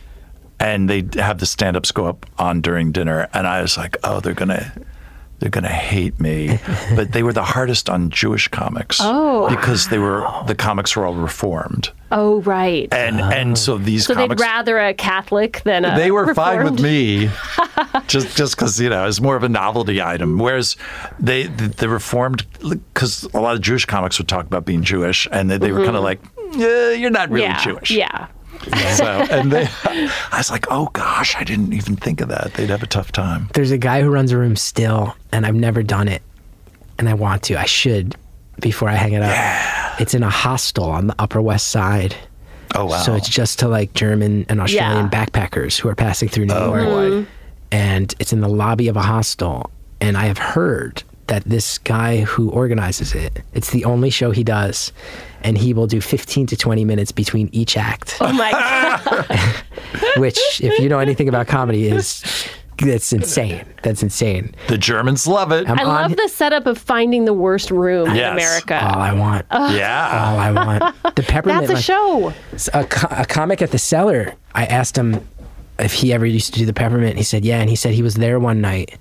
A: and they would have the stand-ups go up on during dinner, and I was like, oh, they're gonna. They're gonna hate me, but they were the hardest on Jewish comics
B: Oh.
A: because they were the comics were all reformed,
B: Oh right.
A: and and so these
B: so they'd
A: comics
B: rather a Catholic than a.
A: they were fine with
B: Reformed?
A: me just just because you know it's more of a novelty item whereas they the, the reformed because a lot of jewish comics would talk about being jewish and they, they were kind of like "Eh, you're not really
B: Mm-hmm. yeah.
A: jewish
B: Yeah.
A: so and they i was like oh gosh i didn't even think of that they'd have a tough time
C: There's a guy who runs a room still, and I've never done it, and I want to. I should before I hang it up. It's in a hostel on the Upper West Side.
A: oh wow
C: So it's just to like German and Australian
B: Yeah.
C: backpackers who are passing through New York.
A: Oh, boy.
C: And it's in the lobby of a hostel. And I have heard that this guy who organizes it, it's the only show he does. And he will do 15 to 20 minutes between each act,
B: Oh my god.
C: which, if you know anything about comedy, is that's insane. That's insane.
A: the germans love it
C: I'm
B: I
C: on- Ah.
B: love the setup of finding the worst room in
A: Yes.
B: America.
C: All I want.
A: yeah
C: All I want. The peppermint.
B: that's a
C: like-
B: show.
C: a, co- a comic at the cellar. I asked him if he ever used to do the peppermint. He said, yeah. And he said he was there one night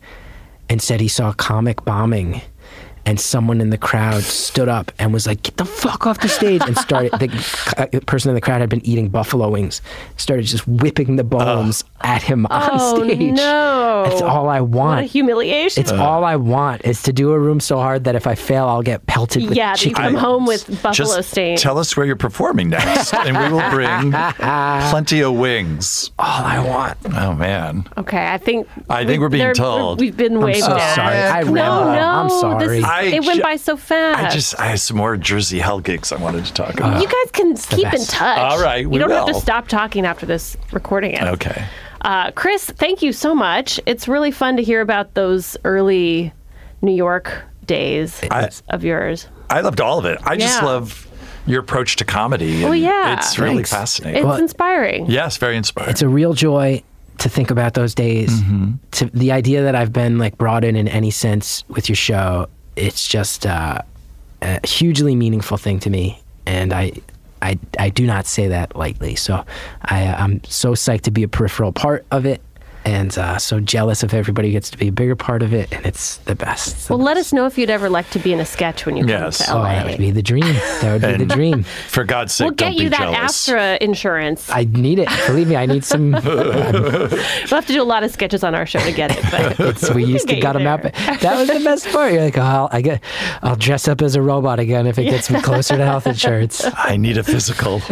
C: and said he saw a comic bombing. And someone in the crowd stood up and was like, get the fuck off the stage. And started, the c- uh, person in the crowd had been eating buffalo wings, started just whipping the bones at him on
B: Oh,
C: stage.
B: no.
C: It's all I
B: What a
C: want.
B: humiliation.
C: It's all I want is to do a room so hard that if I fail, I'll get pelted with
B: yeah, that you
C: chicken.
B: come
A: I-
B: home with buffalo
A: just
B: stains.
A: tell us where you're performing next and we will bring plenty of wings
C: all I want.
A: oh man
B: okay, I think
A: I think
B: we-
A: we're being
B: there-
A: told.
B: we've been
C: I'm
B: way
C: so
B: back.
C: sorry. I
B: No,
C: rambled.
B: no,
C: I'm
B: this
C: sorry.
B: is-
A: I
B: it
A: ju-
B: went by so fast.
A: I just I had some more Jersey Hell gigs I wanted to talk about.
B: you guys can keep in
C: best.
B: touch.
A: All right,
B: you
A: we
B: don't have to
A: will.
B: stop talking after this recording. Uh, ends.
A: okay.
B: Uh, Chris, thank you so much. It's really fun to hear about those early New York days
A: I-
B: of yours.
A: I loved all of it. I just
B: Yeah.
A: love your approach to comedy.
B: Well,
A: and
B: yeah.
A: It's really
C: Thanks.
A: fascinating.
B: It's
C: Well,
B: inspiring.
A: yes, very inspiring.
C: it's a real joy to think about those days. To the idea that I've been like brought in in any sense with your show, it's just uh, a hugely meaningful thing to me, and I. I, I do not say that lightly. So I, I'm so psyched to be a peripheral part of it and uh, so jealous of everybody who gets to be a bigger part of it. And it's the best. It's the
B: Well, let us know if you'd ever like to be in a sketch when you come
A: Yes.
B: to
A: Oh,
B: LA.
C: Oh, that would be the dream. That would be the
A: And-
C: dream.
A: For God's sake,
B: we'll
A: don't
B: get you
A: be
B: that
A: jealous.
B: ASTRA insurance.
C: I need it. Believe me, I need some.
B: We'll have to do a lot of sketches on our show to get it, but
C: So we used to
B: get
C: gut
B: you
C: them out.
B: there.
C: That was the best part. You're like, oh, I'll, I get, I'll dress up as a robot again if it gets me closer to health insurance.
A: I need a physical.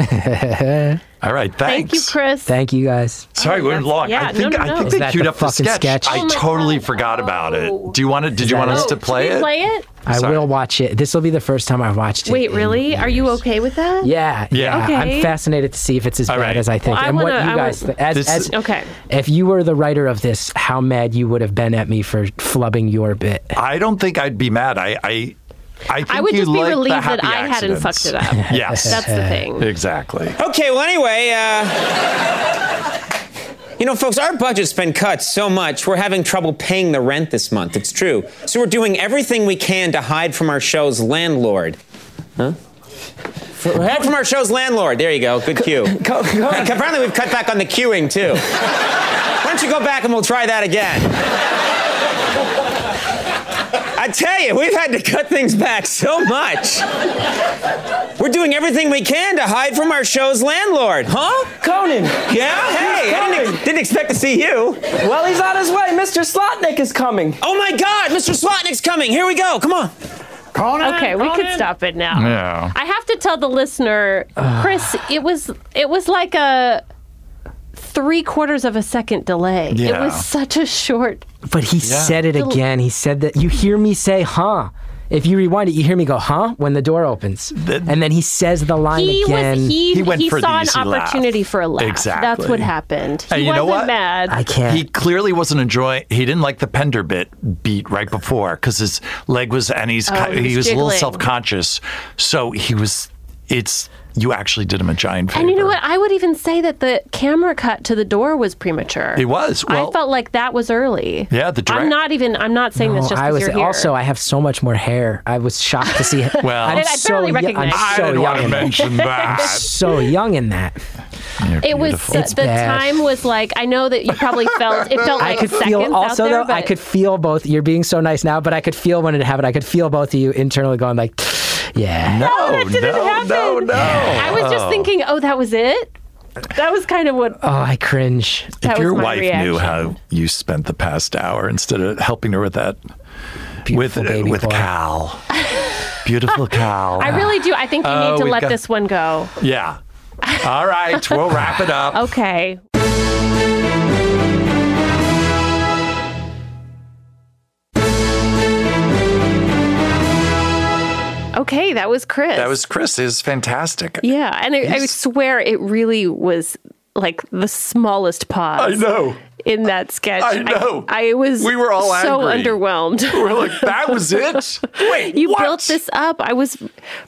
A: all right, thanks.
B: thank you, Chris.
C: Thank you guys.
A: Sorry,
B: Oh,
A: we're
B: that's-
A: long.
B: yeah,
A: I think
B: no, no,
A: I
B: no.
A: think
B: Is
A: they
C: that
A: queued
C: the
A: up the
C: fucking
A: sketch.
C: sketch?
A: I
B: Oh my
A: totally
B: God.
A: forgot about
B: Oh.
A: it. Do you want to? Did you
C: that
A: want
C: it?
A: us to
B: Should
A: play
B: we
A: it?
B: play it?
C: I
A: Sorry.
C: will watch it. This will be the first time I've watched it.
B: Wait,
C: in
B: really? Are you
C: years.
B: okay with that?
C: Yeah.
A: Yeah.
C: yeah.
B: Okay.
C: I'm fascinated to see if it's as
A: All
C: bad
A: right.
C: as I think.
B: Well, I
C: and
B: wanna-
C: what
B: I
C: you guys
B: wanna-
C: think. As,
A: This-
C: as,
B: Okay.
C: If you were the writer of this, how mad you would have been at me for flubbing your bit.
A: I don't think I'd be mad. I I I, think
B: I would
A: you
B: just be
A: like the
B: relieved that
A: happy
B: I hadn't fucked it
A: accidents.
B: up.
A: Yes,
B: That's the thing.
A: exactly.
D: Okay, well, anyway, uh, you know, folks, our budget's been cut so much, we're having trouble paying the rent this month. It's true. So we're doing everything we can to hide from our show's landlord. Huh? For- Hide from our show's landlord. There you go. Good cue. And apparently, we've cut back on the queuing, too. Why don't you go back and we'll try that again? I tell you, we've had to cut things back so much. We're doing everything we can to hide from our show's landlord, huh?
E: Conan!
D: Yeah? Hey, I didn't, ex- didn't expect to see you.
E: Well, he's on his way. Mr. Slotnick is coming.
D: Oh my God, Mr. Slotnick's coming. Here we go. Come on.
B: Okay, we could stop it now.
A: Yeah.
B: I have to tell the listener, Chris, it was it was like a three quarters of a second delay. It
A: Yeah.
B: was such a short.
C: But he said it again. He said that you hear me say, huh? If you rewind it, you hear me go, huh? When the door opens. and then he says the line
B: He
C: again.
B: was he
A: He
B: he,
A: went for the
B: saw an
A: easy laugh.
B: opportunity for a laugh. That's
A: Exactly.
B: what happened. He
A: And you
B: wasn't
A: know what?
B: mad.
C: I can't.
A: He clearly wasn't enjoying. He didn't like the Pender bit beat right before because his leg was, and he's
B: Oh, he
A: he,
B: was
A: was a little
B: jiggling.
A: self conscious. So he was. It's you actually did him a giant favor.
B: and you know what? I would even say that the camera cut to the door was premature.
A: It was. Well,
B: I felt like that was early.
A: Yeah, the direct-
B: I'm not even. I'm not saying this
C: Oh,
B: just
C: I
B: because
C: was
B: you're here.
C: also. I have so much more hair. I was shocked to see.
A: Well-
C: I'm
A: And
B: I
C: so
B: barely
C: yo- I'm
B: recognized. I
C: so young. in that.
A: that.
C: So young in that.
A: You're
B: It was
A: beautiful.
B: the,
C: It's
B: the
C: bad.
B: time was like I know that you probably felt it felt
C: I
B: like
C: could
B: seconds
C: feel
B: out
C: also
B: there,
C: though. I
B: but-
C: could feel both. You're being so nice now, but I could feel when it happened. I could feel both of you internally going like, yeah.
A: no,
B: that didn't
A: Oh, no,
B: happen.
A: no, no.
B: I was just thinking, oh, that was it. That was kind of what.
C: Oh, I cringe.
B: that
A: if your
B: was my
A: wife
B: reaction.
A: knew how you spent the past hour instead of helping her with that
C: Beautiful
A: with uh,
C: baby
A: with
C: boy.
A: Cal, beautiful Cal.
B: I really do. I think you
A: Oh,
B: need to
A: we've
B: let
A: got-
B: this one go.
A: yeah. All right, we'll wrap it up.
B: Okay. Okay, that was Chris.
A: That was Chris. Is fantastic.
B: yeah, and I, I swear it really was like the smallest pause.
A: I know.
B: in that sketch.
A: I know.
B: I, I was.
A: We were all
B: so
A: angry.
B: underwhelmed.
A: We're like, that was it. Wait,
B: you
A: what?
B: built this up. I was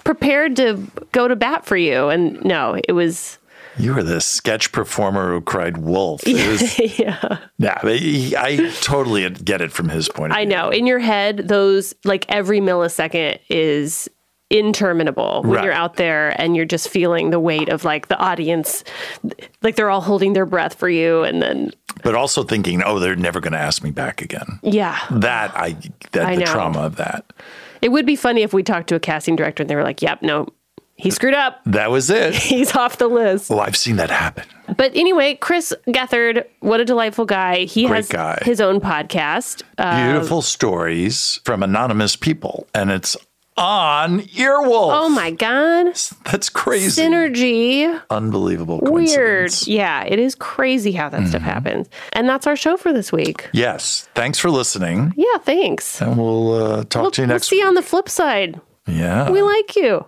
B: prepared to go to bat for you, and no, it was.
A: You were the sketch performer who cried wolf. It was,
B: Yeah,
A: yeah, but he- I totally get it from his point. Of
B: I
A: view.
B: know. In your head, those like every millisecond is interminable when
A: Right.
B: you're out there and you're just feeling the weight of like the audience like they're all holding their breath for you and then
A: But also thinking, oh, they're never going to ask me back again.
B: yeah
A: That I that
B: I
A: the
B: know.
A: trauma of that.
B: it would be funny if we talked to a casting director and they were like yep no he screwed up
A: That was it.
B: he's off the list
A: Oh, I've seen that happen.
B: But anyway, Chris Gethard, what a delightful guy. He
A: Great
B: has
A: guy.
B: his own podcast. Uh,
A: Beautiful stories from anonymous people, and it's on Earwolf.
B: oh my God.
A: that's crazy!
B: Synergy.
A: Unbelievable.
B: Weird.
A: coincidence. Mm-hmm.
B: Yeah, it is crazy how that stuff happens. And that's our show for this week.
A: Yes. Thanks for listening,
B: Yeah, thanks.
A: and we'll uh, talk
B: We'll,
A: to you
B: we'll
A: next.
B: see you on the flip side.
A: yeah.
B: We like you.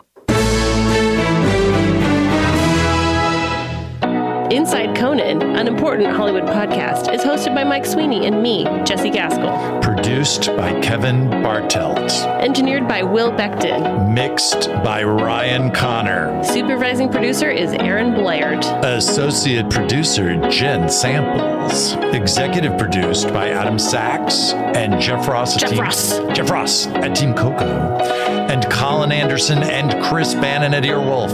B: Inside Conan, an important Hollywood podcast, is hosted by Mike Sweeney and me, Jesse Gaskell.
A: Produced by Kevin Bartelt.
B: Engineered by Will Beckton.
A: Mixed by Ryan Connor.
B: Supervising producer is Aaron Blaird.
A: Associate producer Jen Samples. Executive produced by Adam Sachs and Jeff Ross. at
B: Jeff
A: Team-
B: Ross.
A: Jeff Ross at Team Coco. And Colin Anderson and Chris Bannon at Earwolf.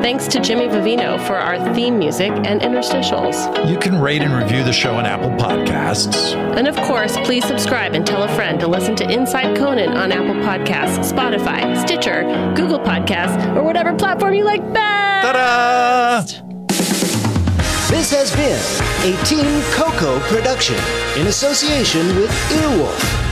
B: Thanks to Jimmy Vivino for our theme music and interstitials.
A: You can rate and review the show on Apple Podcasts.
B: And of course, please subscribe and tell a friend to listen to Inside Conan on Apple Podcasts, Spotify, Stitcher, Google Podcasts, or whatever platform you like best.
A: Ta-da!
F: This has been a Team Coco production in association with Earwolf.